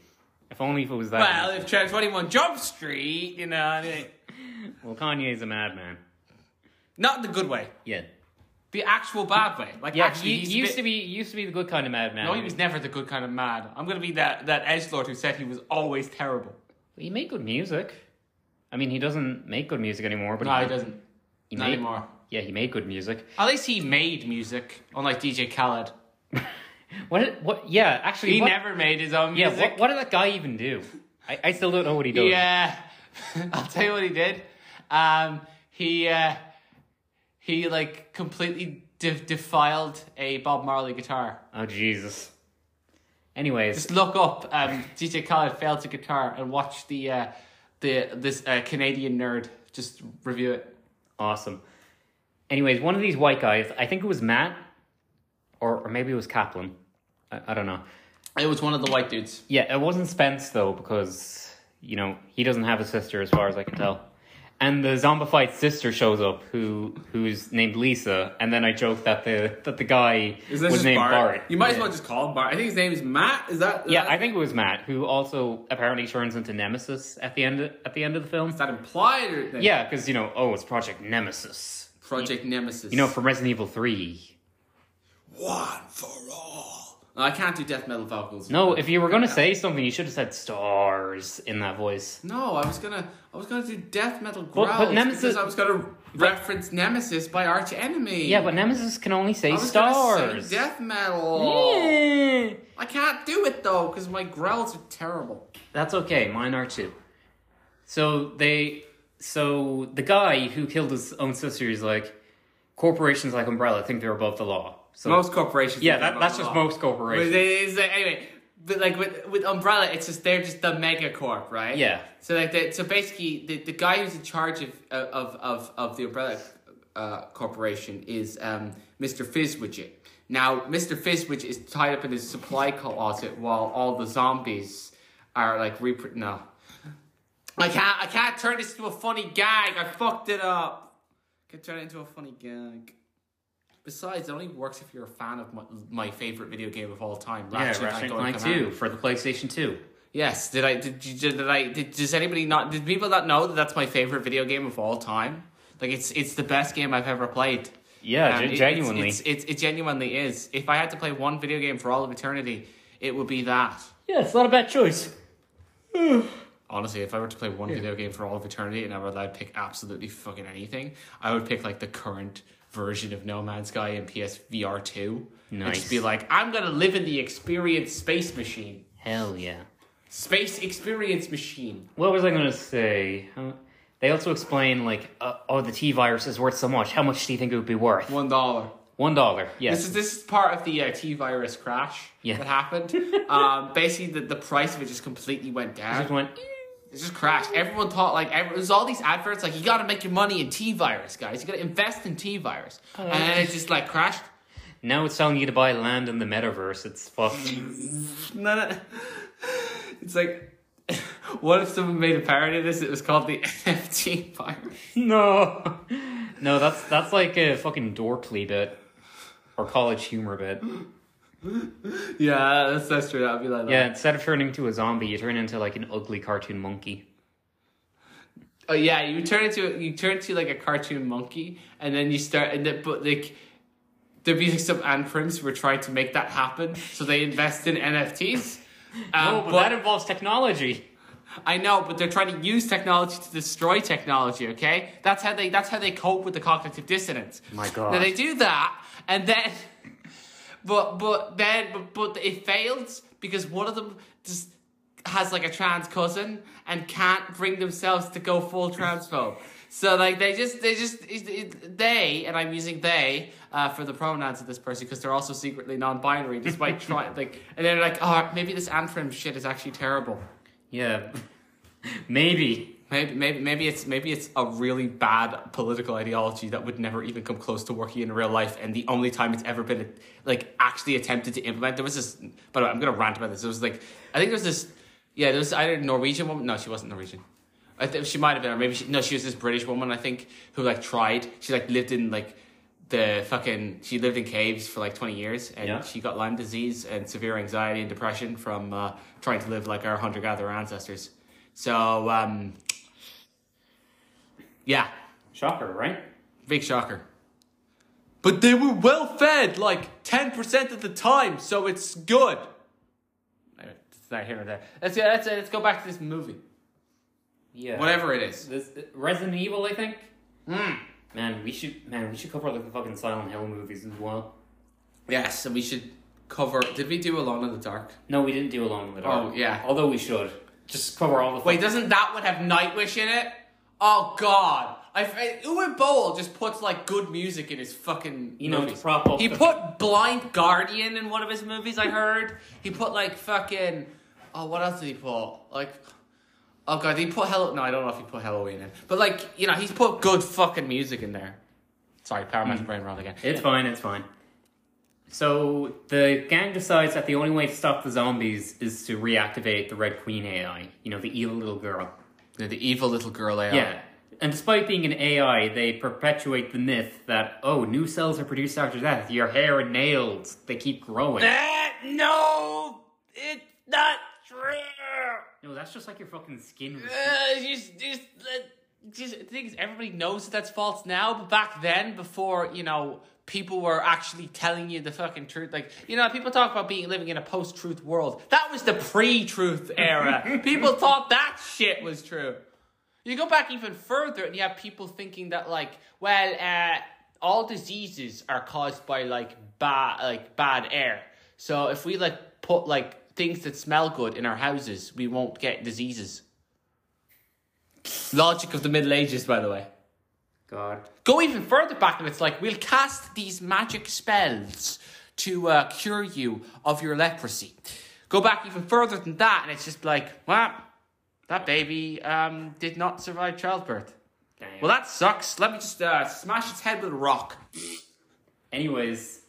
[SPEAKER 2] If only if it was that
[SPEAKER 1] well,
[SPEAKER 2] easy.
[SPEAKER 1] if Trans Twenty One Jump Street, you know, I mean,
[SPEAKER 2] Well, Kanye's a madman.
[SPEAKER 1] not the good way,
[SPEAKER 2] Yeah.
[SPEAKER 1] the actual bad way. Like
[SPEAKER 2] Yeah,
[SPEAKER 1] actually,
[SPEAKER 2] he,
[SPEAKER 1] he's
[SPEAKER 2] he
[SPEAKER 1] a
[SPEAKER 2] used
[SPEAKER 1] bit-
[SPEAKER 2] to be he used to be the good kind of madman.
[SPEAKER 1] No, he was never the good kind of mad. I'm gonna be that that edge lord who said he was always terrible.
[SPEAKER 2] He made good music. I mean, he doesn't make good music anymore, but
[SPEAKER 1] No, he
[SPEAKER 2] made-
[SPEAKER 1] doesn't.
[SPEAKER 2] he
[SPEAKER 1] Not
[SPEAKER 2] made-
[SPEAKER 1] anymore.
[SPEAKER 2] Yeah, he made good music.
[SPEAKER 1] At least he made music, unlike DJ Khaled.
[SPEAKER 2] What? What? Yeah, actually,
[SPEAKER 1] He
[SPEAKER 2] what-
[SPEAKER 1] never made his own
[SPEAKER 2] Yeah,
[SPEAKER 1] music.
[SPEAKER 2] what, what did that guy even do? I, I still don't know what he does.
[SPEAKER 4] Yeah, I'll tell you what he did. Um, he uh, he like completely de- defiled a Bob Marley guitar.
[SPEAKER 2] Oh Jesus. Anyways,
[SPEAKER 4] Just look up um, DJ Khaled failed to guitar and watch the uh, the this uh, Canadian nerd just review it.
[SPEAKER 2] awesome. Anyways, one of these white guys, I think it was Matt, or or maybe it was Kaplan. I, I don't know.
[SPEAKER 1] It was one of the white dudes.
[SPEAKER 2] Yeah, it wasn't Spence though, because you know he doesn't have a sister, as far as I can tell. And the zombified sister shows up, who who's named Lisa. And then I joke that the that the guy was named Bart.
[SPEAKER 1] You might as
[SPEAKER 2] Yeah.
[SPEAKER 1] well just call him Bart. I think his name is Matt. Is that?
[SPEAKER 2] Yeah,
[SPEAKER 1] that,
[SPEAKER 2] I think it was Matt, who also apparently turns into Nemesis at the end at the end of the film.
[SPEAKER 1] is that implied. Or that-
[SPEAKER 2] Yeah, because you know, oh, it's Project Nemesis.
[SPEAKER 1] Project Nemesis.
[SPEAKER 2] You know, from Resident Evil Three.
[SPEAKER 1] one for all. No, I can't do death metal vocals.
[SPEAKER 2] No, if you were gonna say something, you should have said stars in that voice.
[SPEAKER 1] No, I was gonna, I was gonna do death metal growls
[SPEAKER 2] but Nemesis-
[SPEAKER 1] because I was gonna reference Nemesis by Arch Enemy.
[SPEAKER 2] Yeah, but Nemesis can only say
[SPEAKER 1] I was gonna
[SPEAKER 2] stars.
[SPEAKER 1] say death metal.
[SPEAKER 2] Yeah.
[SPEAKER 1] I can't do it though because my growls are terrible.
[SPEAKER 2] That's okay. Mine are too. So they, so the guy who killed his own sister is like, corporations like Umbrella think they're above the law. So
[SPEAKER 1] Most corporations.
[SPEAKER 2] yeah,
[SPEAKER 1] think
[SPEAKER 2] that,
[SPEAKER 1] about
[SPEAKER 2] that's
[SPEAKER 1] the
[SPEAKER 2] just
[SPEAKER 1] law.
[SPEAKER 2] most
[SPEAKER 1] But
[SPEAKER 2] corporations.
[SPEAKER 1] it is, uh, anyway, but like with with Umbrella, it's just they're just the mega corp, right?
[SPEAKER 2] Yeah.
[SPEAKER 1] So like the, so basically the, the guy who's in charge of of of, of the Umbrella uh, Corporation is um, Mr. Fizzwidget. Now Mr. Fizzwidget is tied up in his supply closet while all the zombies are like repro- no. I can't I can't turn this into a funny gag. I fucked it up. Can turn it into a funny gag. Besides, it only works if you're a fan of my, my favorite video game of all time,
[SPEAKER 2] Yeah,
[SPEAKER 1] Ratchet, and
[SPEAKER 2] Ratchet and Clank
[SPEAKER 1] Clank
[SPEAKER 2] Two for the PlayStation Two.
[SPEAKER 1] Yes. Did I? Did, you- did, did I? Did, does anybody not? Did people not know that that's my favorite video game of all time? Like it's it's the best game I've ever played.
[SPEAKER 2] Yeah,
[SPEAKER 1] Um,
[SPEAKER 2] gen-
[SPEAKER 1] it-
[SPEAKER 2] genuinely.
[SPEAKER 1] it's, it's, it's, it genuinely is. If I had to play one video game for all of eternity, it would be that.
[SPEAKER 2] yeah, it's not a bad choice.
[SPEAKER 1] Honestly, if I were to play one video game for all of eternity and I were allowed to pick absolutely fucking anything, I would pick like the current version of No Man's Sky in PSVR two. And
[SPEAKER 2] Nice.
[SPEAKER 1] just be like, I'm gonna live in the experience space machine,
[SPEAKER 2] Hell yeah.
[SPEAKER 1] space experience machine.
[SPEAKER 2] What was I gonna say? Huh? They also explain like, uh, oh, the T virus is worth so much. How much do you think it would be worth?
[SPEAKER 1] One dollar.
[SPEAKER 2] One dollar. Yes.
[SPEAKER 1] This is this is part of the uh, T virus crash
[SPEAKER 2] Yeah.
[SPEAKER 1] that happened. um, basically, the, the price of it just completely went
[SPEAKER 2] I just
[SPEAKER 1] down.
[SPEAKER 2] went.
[SPEAKER 1] It just crashed. Everyone thought like every, it was all these adverts like you got to make your money in T virus, guys. You got to invest in T virus,
[SPEAKER 2] Oh.
[SPEAKER 1] and then it just like crashed.
[SPEAKER 2] Now it's telling you to buy land in the metaverse. It's fucked.
[SPEAKER 1] No, no. It's like, what if someone made a parody of this? It was called the NFT virus.
[SPEAKER 2] no, no, that's that's like a fucking dorkly bit or college humor bit.
[SPEAKER 1] Yeah, that's that's true. That would be like that.
[SPEAKER 2] Yeah, instead of turning into a zombie, you turn into like an ugly cartoon monkey.
[SPEAKER 1] Oh yeah, you turn into you turn into like a cartoon monkey, and then you start and then, but like there'd be like some ant prints who were trying to make that happen, so they invest in NFTs. Um,
[SPEAKER 2] Oh,
[SPEAKER 1] but
[SPEAKER 2] but that involves technology.
[SPEAKER 1] I know, but they're trying to use technology to destroy technology. Okay, that's how they that's how they cope with the cognitive dissonance.
[SPEAKER 2] My God.
[SPEAKER 1] Now they do that, and then, but but then but, but it fails because one of them just has like a trans cousin and can't bring themselves to go full transphobe. So like they just they just it, it, they and I'm using they uh, for the pronouns of this person because they're also secretly non-binary despite trying like and they're like oh maybe this Antrim shit is actually terrible.
[SPEAKER 2] Yeah, maybe.
[SPEAKER 1] Maybe, maybe, maybe it's maybe it's a really bad political ideology that would never even come close to working in real life, and the only time it's ever been like actually attempted to implement, there was this. By the way, I'm gonna rant about this. There was like, I think there was this. Yeah, there was either Norwegian woman. No, she wasn't Norwegian. I think she might have been, or maybe she, no, she was this British woman, I think, who like tried. She like lived in like the fucking. She lived in caves for like twenty years, and
[SPEAKER 2] Yeah.
[SPEAKER 1] she got Lyme disease and severe anxiety and depression from uh, trying to live like our hunter gatherer ancestors. So, um, yeah,
[SPEAKER 2] Shocker, right?
[SPEAKER 1] big shocker. But they were well fed, like ten percent of the time, so it's good. Anyway, It's not here or there. Let's, let's, let's go back to this movie.
[SPEAKER 2] Yeah.
[SPEAKER 1] Whatever Hmm. it is.
[SPEAKER 2] This uh, Resident Evil, I think. Man, we should man we should cover like the fucking Silent Hill movies as well.
[SPEAKER 1] Yes, and we should cover. Did we do Alone in the Dark?
[SPEAKER 2] No, we didn't do Alone in the Dark.
[SPEAKER 1] Oh, yeah.
[SPEAKER 2] Although we should just cover all the.
[SPEAKER 1] Wait, doesn't that one have Nightwish in it? Oh God! I, I Uwe Boll just puts like good music in his fucking.
[SPEAKER 2] You know,
[SPEAKER 1] movies.
[SPEAKER 2] to prop up
[SPEAKER 1] He
[SPEAKER 2] the-
[SPEAKER 1] put Blind Guardian in one of his movies. I heard he put like fucking. Oh, what else did he put? Like. Oh god, did he put Hello? No, I don't know if he put Halloween in, but like you know, he's put good fucking music in there. Sorry, Paramount's brain rot again.
[SPEAKER 2] Mm. It's fine, it's fine. So the gang decides that the only way to stop the zombies is to reactivate the Red Queen AI, you know, the evil little girl.
[SPEAKER 1] The, the evil little girl. AI.
[SPEAKER 2] Yeah. And despite being an AI, they perpetuate the myth that, oh, new cells are produced after death. Your hair and nails, they keep growing.
[SPEAKER 1] That Eh, no, it's not true.
[SPEAKER 2] No, that's just like your fucking skin.
[SPEAKER 1] Uh, just, just, uh, just the thing is, everybody knows that that's false now, but back then, before you know, people were actually telling you the fucking truth. Like you know, people talk about being living in a post-truth world. That was the pre-truth era. people thought that shit was true. You go back even further, and you have people thinking that like, well, uh, all diseases are caused by like bad, like bad air. So if we like put like things that smell good in our houses, we won't get diseases. Logic of the Middle Ages, by the way.
[SPEAKER 2] God.
[SPEAKER 1] Go even further back, and it's like we'll cast these magic spells to uh, cure you of your leprosy. Go back even further than that, and it's just like, well, that baby um, did not survive childbirth.
[SPEAKER 2] Damn.
[SPEAKER 1] Well, that sucks. Let me just uh, smash its head with a rock.
[SPEAKER 2] Anyways,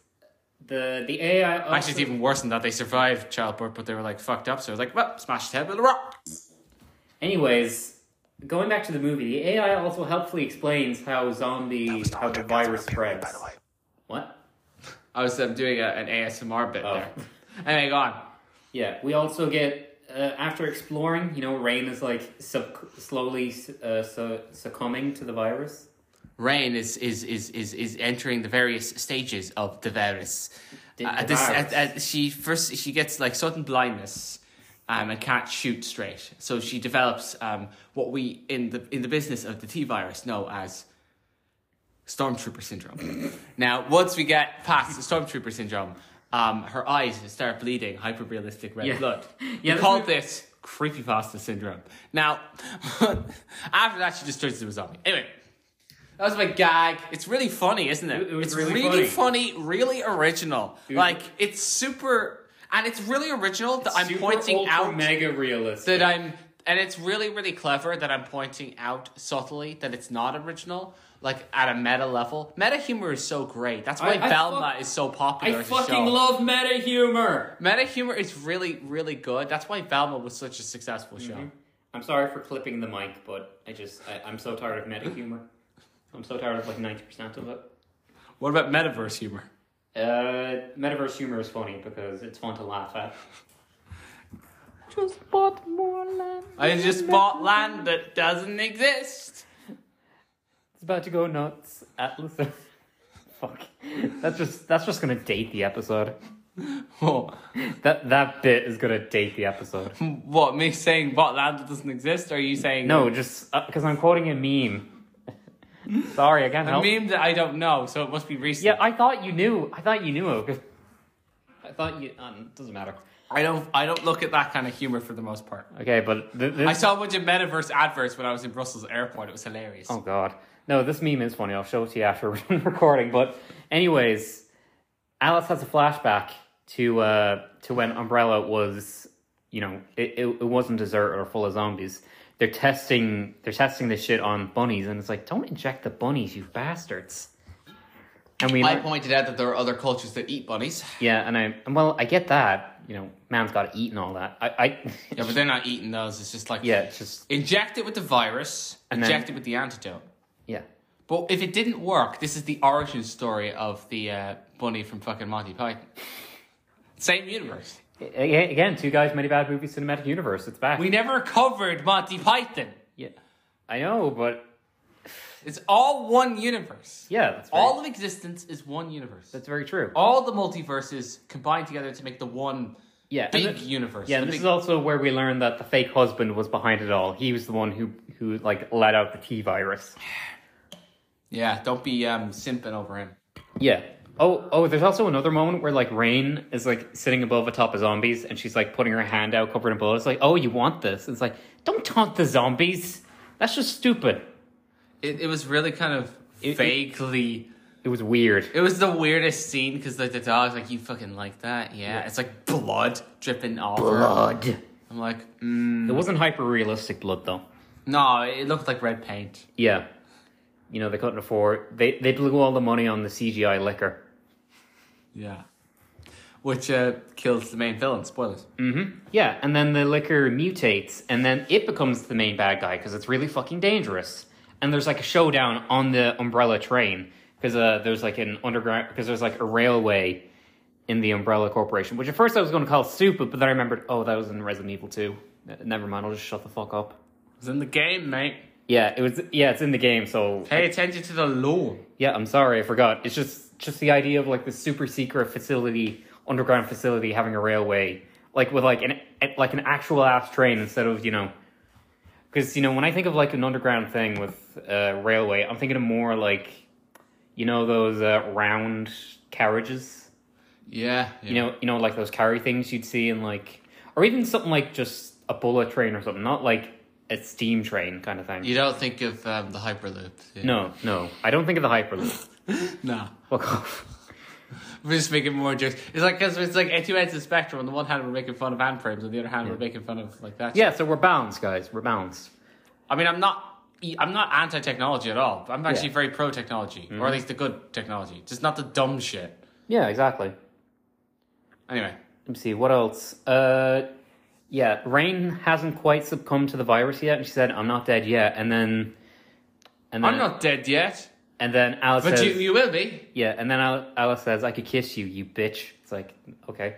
[SPEAKER 2] the the AI. Also,
[SPEAKER 1] Actually, it's even worse than that. They survived childbirth, but they were like fucked up. So I was like, well, smash its head with a rock.
[SPEAKER 2] Anyways, going back to the movie, the AI also helpfully explains how zombie how the virus spreads. By the way, what?
[SPEAKER 1] I was um, doing a, an ASMR bit
[SPEAKER 2] Oh.
[SPEAKER 1] there. Anyway, go on.
[SPEAKER 2] Yeah, we also get uh, after exploring. You know, Rain is like sub- slowly uh, su- succumbing to the virus.
[SPEAKER 1] Rain is is is is is entering the various stages of the virus.
[SPEAKER 2] The-
[SPEAKER 1] Uh,
[SPEAKER 2] the
[SPEAKER 1] this,
[SPEAKER 2] virus.
[SPEAKER 1] uh, uh, she first she gets like sudden blindness, um, and can't shoot straight. So she develops um, what we in the in the business of the T virus know as stormtrooper syndrome. now, once we get past the stormtrooper syndrome, um, her eyes start bleeding, hyperrealistic red
[SPEAKER 2] Yeah.
[SPEAKER 1] blood.
[SPEAKER 2] Yeah,
[SPEAKER 1] we
[SPEAKER 2] this
[SPEAKER 1] call
[SPEAKER 2] is-
[SPEAKER 1] this creepypasta syndrome. Now, after that, she just turns into a zombie. Anyway. That was my gag. It's really funny, isn't it?
[SPEAKER 2] It- it was
[SPEAKER 1] it's
[SPEAKER 2] really
[SPEAKER 1] funny. really original. Like it's super, and it's really original that I'm
[SPEAKER 2] Super
[SPEAKER 1] pointing
[SPEAKER 2] ultra
[SPEAKER 1] out
[SPEAKER 2] mega realistic.
[SPEAKER 1] that I'm, and it's really really clever that I'm pointing out subtly that it's not original. Like at a meta level, meta humor is so great. That's why
[SPEAKER 2] I- I
[SPEAKER 1] Velma
[SPEAKER 2] fuck-
[SPEAKER 1] is so popular.
[SPEAKER 2] I
[SPEAKER 1] as a show.
[SPEAKER 2] fucking love meta humor.
[SPEAKER 1] meta humor is really really good. That's why Velma was such a successful show.
[SPEAKER 2] I'm sorry for clipping the mic, but I just I, I'm so tired of meta humor. I'm so tired of like ninety percent of it.
[SPEAKER 1] What about metaverse humor?
[SPEAKER 2] Uh, metaverse humor is funny because it's fun to laugh at.
[SPEAKER 1] I just bought land that doesn't exist.
[SPEAKER 2] It's about to go nuts. Atlas. Fuck. That's just that's just gonna date the episode.
[SPEAKER 1] Oh.
[SPEAKER 2] That that bit is gonna date the episode.
[SPEAKER 1] What, me saying what land that doesn't exist? Or are you saying
[SPEAKER 2] No, just because I'm quoting a meme. Sorry, I can't
[SPEAKER 1] a
[SPEAKER 2] help.
[SPEAKER 1] meme that I don't know, so it must be recent.
[SPEAKER 2] Yeah, I thought you knew. I thought you knew it. I thought you. Um, doesn't matter.
[SPEAKER 1] I don't I don't look at that kind of humor for the most part.
[SPEAKER 2] Okay, but th- this.
[SPEAKER 1] I saw a bunch of metaverse adverts when I was in Brussels airport, it was hilarious.
[SPEAKER 2] Oh god. No, this meme is funny. I'll show it to you after we're done recording. But anyways, Alice has a flashback to uh to when Umbrella was you know, it, it, it wasn't deserted or full of zombies. They're testing they're testing this shit on bunnies and it's like, don't inject the bunnies, you bastards. And we
[SPEAKER 1] I
[SPEAKER 2] learn-
[SPEAKER 1] pointed out that there are other cultures that eat bunnies.
[SPEAKER 2] yeah, and I and well, I get that. You know, man's got to eat and all that. I, I
[SPEAKER 1] Yeah, but they're not eating those. It's just like
[SPEAKER 2] yeah, it's just
[SPEAKER 1] inject it with the virus,
[SPEAKER 2] And then-
[SPEAKER 1] inject it with the antidote.
[SPEAKER 2] yeah.
[SPEAKER 1] But if it didn't work, this is the origin story of the uh, bunny from fucking Monty Python. Same universe.
[SPEAKER 2] Again, again, two guys, many bad movies, cinematic universe. It's back.
[SPEAKER 1] We never covered Monty Python.
[SPEAKER 2] yeah, I know, but
[SPEAKER 1] It's all one universe.
[SPEAKER 2] yeah, that's very,
[SPEAKER 1] All of existence is one universe.
[SPEAKER 2] that's very true.
[SPEAKER 1] all the multiverses combined together to make the one
[SPEAKER 2] yeah,
[SPEAKER 1] big
[SPEAKER 2] and the-
[SPEAKER 1] universe.
[SPEAKER 2] yeah.
[SPEAKER 1] The
[SPEAKER 2] And this
[SPEAKER 1] big-
[SPEAKER 2] is also where we learned that the fake husband was behind it all. He was the one who who like let out the T virus.
[SPEAKER 1] yeah, don't be um, simping over him.
[SPEAKER 2] Yeah. Oh, oh. There's also another moment where like Rain is like sitting above a top of zombies, and she's like putting her hand out, covered in blood. It's like, oh, you want this? It's like, don't taunt the zombies. That's just stupid.
[SPEAKER 1] It, it was really kind of
[SPEAKER 2] It- it-
[SPEAKER 1] vaguely.
[SPEAKER 2] It was weird.
[SPEAKER 1] It, was the weirdest scene because like the dog's like, "You fucking like that? Yeah." It's like blood dripping off. her. I'm like, mm.
[SPEAKER 2] It wasn't hyper realistic blood though.
[SPEAKER 1] no, it looked like red paint.
[SPEAKER 2] Yeah. You know they couldn't afford. They they blew all the money on the CGI liquor.
[SPEAKER 1] Yeah, which uh, kills the main villain. Spoilers.
[SPEAKER 2] Yeah, and then the liquor mutates, and then it becomes the main bad guy because it's really fucking dangerous. And there's like a showdown on the Umbrella train because uh, there's like an underground because there's like a railway in the Umbrella Corporation, which at first I was going to call stupid, but then I remembered, oh, that was in Resident Evil 2. N- Never mind, I'll just shut the fuck up.
[SPEAKER 1] It was in the game, mate.
[SPEAKER 2] Yeah, it was. Yeah, it's in the game, so
[SPEAKER 1] Pay attention to the law.
[SPEAKER 2] Yeah, I'm sorry, I forgot. It's just just the idea of like the super secret facility, underground facility having a railway, like with like an like an actual ass train instead of you know, because you know when I think of like an underground thing with uh, railway, I'm thinking of more like, you know those uh, round carriages,
[SPEAKER 1] Yeah, yeah.
[SPEAKER 2] you know you know like those carry things you'd see in like, or even something like just a bullet train or something, not like a steam train kind of thing.
[SPEAKER 1] You don't think of um, the hyperloop. do you?
[SPEAKER 2] No, no, I don't think of the hyperloop.
[SPEAKER 1] no.
[SPEAKER 2] Fuck off.
[SPEAKER 1] We're just making more jokes. It's like because it's like at two ends of the spectrum. On the one hand, we're making fun of hand frames. On the other hand, we're making fun of like that.
[SPEAKER 2] Yeah, so we're balanced, guys. We're balanced.
[SPEAKER 1] I mean, I'm not. e, I'm not anti technology at all. I'm actually
[SPEAKER 2] Yeah. Mm-hmm.
[SPEAKER 1] very pro technology, or at least the good technology, just not the dumb shit.
[SPEAKER 2] Yeah, exactly.
[SPEAKER 1] Anyway,
[SPEAKER 2] Let me see what else. Uh, yeah, Rain hasn't quite succumbed to the virus yet, and she said, "I'm not dead yet." And then, and then,
[SPEAKER 1] I'm not dead yet,
[SPEAKER 2] and then Alice
[SPEAKER 1] but you
[SPEAKER 2] says,
[SPEAKER 1] you will be.
[SPEAKER 2] "Yeah." And then Al- Alice says, "I could kiss you, you bitch." It's like, okay,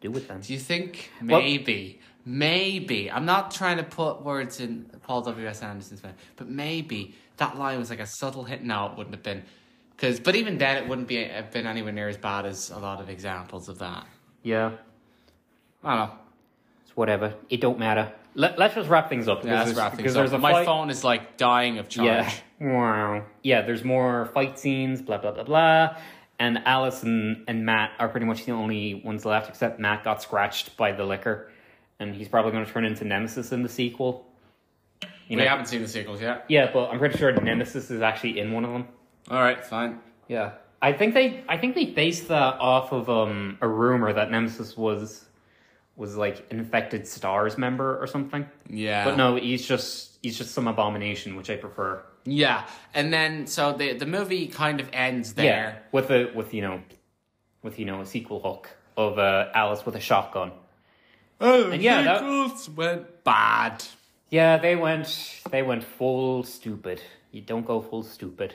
[SPEAKER 2] do it then.
[SPEAKER 1] Do you think maybe, maybe? I'm not trying to put words in Paul W S Anderson's mouth, but maybe that line was like a subtle hit. No, it wouldn't have been, because but even then, it wouldn't be have been anywhere near as bad as a lot of examples of that.
[SPEAKER 2] Yeah,
[SPEAKER 1] I don't know.
[SPEAKER 2] it's whatever. It don't matter. Let, let's just wrap things up.
[SPEAKER 1] Yeah,
[SPEAKER 2] because
[SPEAKER 1] that's
[SPEAKER 2] there's-
[SPEAKER 1] wrapping
[SPEAKER 2] because
[SPEAKER 1] up.
[SPEAKER 2] there's a
[SPEAKER 1] My
[SPEAKER 2] fight-
[SPEAKER 1] phone is like dying of charge.
[SPEAKER 2] Yeah. Wow. Yeah, there's more fight scenes, blah blah blah blah. And Alice and, and Matt are pretty much the only ones left, except Matt got scratched by the liquor. And he's probably gonna turn into Nemesis in the sequel. You
[SPEAKER 1] We
[SPEAKER 2] know-
[SPEAKER 1] haven't seen the sequels yet.
[SPEAKER 2] Yeah, but I'm pretty sure Nemesis is actually in one of them.
[SPEAKER 1] All right, fine.
[SPEAKER 2] Yeah. I think they I think they based that off of um a rumor that Nemesis was was like an infected stars member or something.
[SPEAKER 1] Yeah.
[SPEAKER 2] But no, he's just he's just some abomination, which I prefer.
[SPEAKER 1] Yeah, and then so the the movie kind of ends
[SPEAKER 2] Yeah,
[SPEAKER 1] there.
[SPEAKER 2] with a with you know, with you know a sequel hook of uh, Alice with a shotgun.
[SPEAKER 1] Oh,
[SPEAKER 2] And yeah, that-
[SPEAKER 1] sequels went bad.
[SPEAKER 2] Yeah, they went they went full stupid. You don't go full stupid.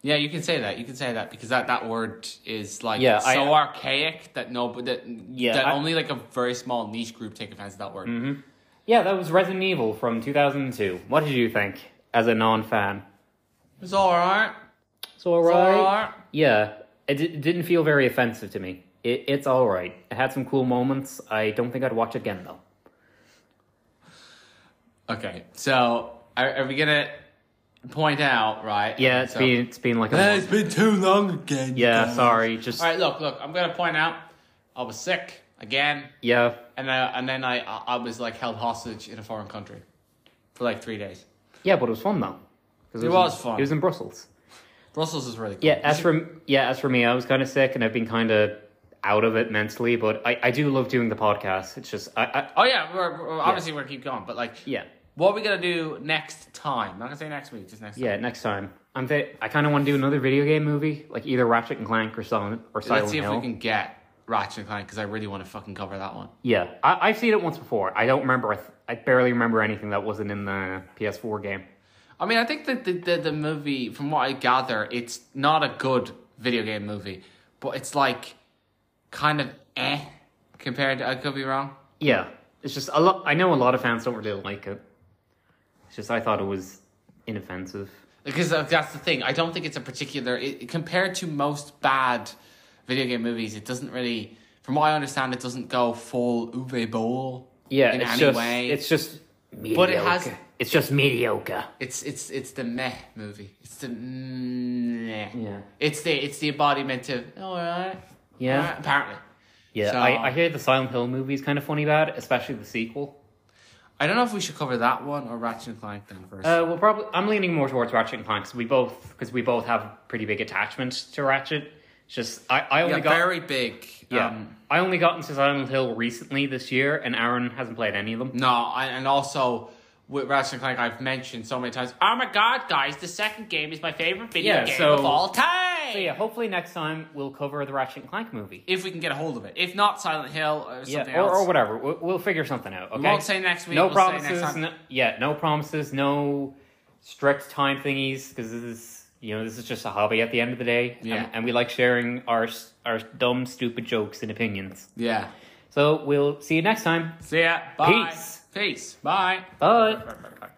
[SPEAKER 1] Yeah, you can say that. You can say that because that, that word is like
[SPEAKER 2] Yeah,
[SPEAKER 1] so
[SPEAKER 2] I-
[SPEAKER 1] archaic that no, that
[SPEAKER 2] Yeah,
[SPEAKER 1] that
[SPEAKER 2] I- Mm-hmm.
[SPEAKER 1] only like a very small niche group take offense to that word.
[SPEAKER 2] Yeah, that was Resident Evil from two thousand and two. What did you think as a non fan?
[SPEAKER 1] It's all right.
[SPEAKER 2] It's all
[SPEAKER 1] It's
[SPEAKER 2] right.
[SPEAKER 1] all right.
[SPEAKER 2] Yeah, it, di- it didn't feel very offensive to me. It, it's all right. It had some cool moments. I don't think I'd watch it again though.
[SPEAKER 1] Okay, so are, are we gonna point out right?
[SPEAKER 2] Yeah,
[SPEAKER 1] okay,
[SPEAKER 2] it's
[SPEAKER 1] so-
[SPEAKER 2] been it's been like a
[SPEAKER 1] Uh,
[SPEAKER 2] month.
[SPEAKER 1] It's been too long again.
[SPEAKER 2] yeah.
[SPEAKER 1] guys.
[SPEAKER 2] Sorry, just
[SPEAKER 1] All right, look, look. I'm gonna point out. I was sick again.
[SPEAKER 2] yeah.
[SPEAKER 1] and I, and then I I I was like held hostage in a foreign country for like three days.
[SPEAKER 2] Yeah, but it was fun though. 'Cause
[SPEAKER 1] It
[SPEAKER 2] in-
[SPEAKER 1] was fun.
[SPEAKER 2] It was in Brussels.
[SPEAKER 1] Brussels is really cool.
[SPEAKER 2] Yeah, as for yeah, as for me, I was kind of sick and I've been kind of out of it mentally, but I, I do love doing the podcast. It's just I, I
[SPEAKER 1] oh yeah, we're, we're obviously we're gonna keep going, but like
[SPEAKER 2] yeah
[SPEAKER 1] what are we gonna do next time? I'm not gonna say next week, just next.
[SPEAKER 2] yeah next time. I'm th- I kind of want to do another video game movie, like either Ratchet and Clank or Silent or Silent
[SPEAKER 1] Let's see
[SPEAKER 2] Hill.
[SPEAKER 1] if we can get Ratchet and Clank because I really want to fucking cover that one.
[SPEAKER 2] Yeah, I, I've seen it once before. I don't remember. I, th- I barely remember anything that wasn't in the PS4 game.
[SPEAKER 1] I mean, I think that the, the the movie, from what I gather, it's not a good video game movie, but it's like kind of eh compared. to... I could be wrong.
[SPEAKER 2] Yeah, it's just a lot. I know a lot of fans don't really like it. It's just I thought it was inoffensive.
[SPEAKER 1] Because uh, that's the thing. I don't think it's a particular. It, compared to most bad video game movies, it doesn't really. From what I understand, it doesn't go full Uwe Boll.
[SPEAKER 2] Yeah,
[SPEAKER 1] in
[SPEAKER 2] it's
[SPEAKER 1] any
[SPEAKER 2] just
[SPEAKER 1] way.
[SPEAKER 2] it's just mediocre.
[SPEAKER 1] But it has-
[SPEAKER 2] it's just mediocre.
[SPEAKER 1] It's it's it's the meh movie. It's the meh.
[SPEAKER 2] Yeah.
[SPEAKER 1] It's the it's the embodiment of oh, all right.
[SPEAKER 2] Yeah.
[SPEAKER 1] alright," apparently,
[SPEAKER 2] Yeah,
[SPEAKER 1] So-
[SPEAKER 2] I, I hear the Silent Hill movie is kind of funny about it, especially the sequel.
[SPEAKER 1] I don't know if we should cover that one or Ratchet and Clank then first.
[SPEAKER 2] Uh, well, probably I'm leaning more towards Ratchet and Clank because we both because we both have pretty big attachment to Ratchet. It's just I, I only
[SPEAKER 1] yeah,
[SPEAKER 2] got
[SPEAKER 1] very big.
[SPEAKER 2] yeah
[SPEAKER 1] Um,
[SPEAKER 2] I only got into Silent Hill recently this year, and Aaron hasn't played any of them.
[SPEAKER 1] no, I, and also with Ratchet and Clank, I've mentioned so many times. Oh my god, guys, the second game is my favorite video
[SPEAKER 2] Yeah,
[SPEAKER 1] game
[SPEAKER 2] so-
[SPEAKER 1] of all time.
[SPEAKER 2] So yeah, hopefully next time we'll cover the Ratchet and Clank movie.
[SPEAKER 1] If we can get a hold of it, if not Silent Hill or
[SPEAKER 2] Yeah,
[SPEAKER 1] something
[SPEAKER 2] or,
[SPEAKER 1] else.
[SPEAKER 2] or whatever. We'll, we'll figure something out. Okay.
[SPEAKER 1] won't say next week,
[SPEAKER 2] No
[SPEAKER 1] we'll say next
[SPEAKER 2] promises.
[SPEAKER 1] time.
[SPEAKER 2] no- yeah, no promises. No strict time thingies because this is you know this is just a hobby at the end of the day. and-
[SPEAKER 1] Yeah.
[SPEAKER 2] And, we like sharing our s- our dumb, stupid jokes and opinions.
[SPEAKER 1] Yeah.
[SPEAKER 2] So we'll see you next time.
[SPEAKER 1] See ya. Bye.
[SPEAKER 2] Peace.
[SPEAKER 1] Peace. Bye.
[SPEAKER 2] Bye.
[SPEAKER 1] Bye, bye, bye.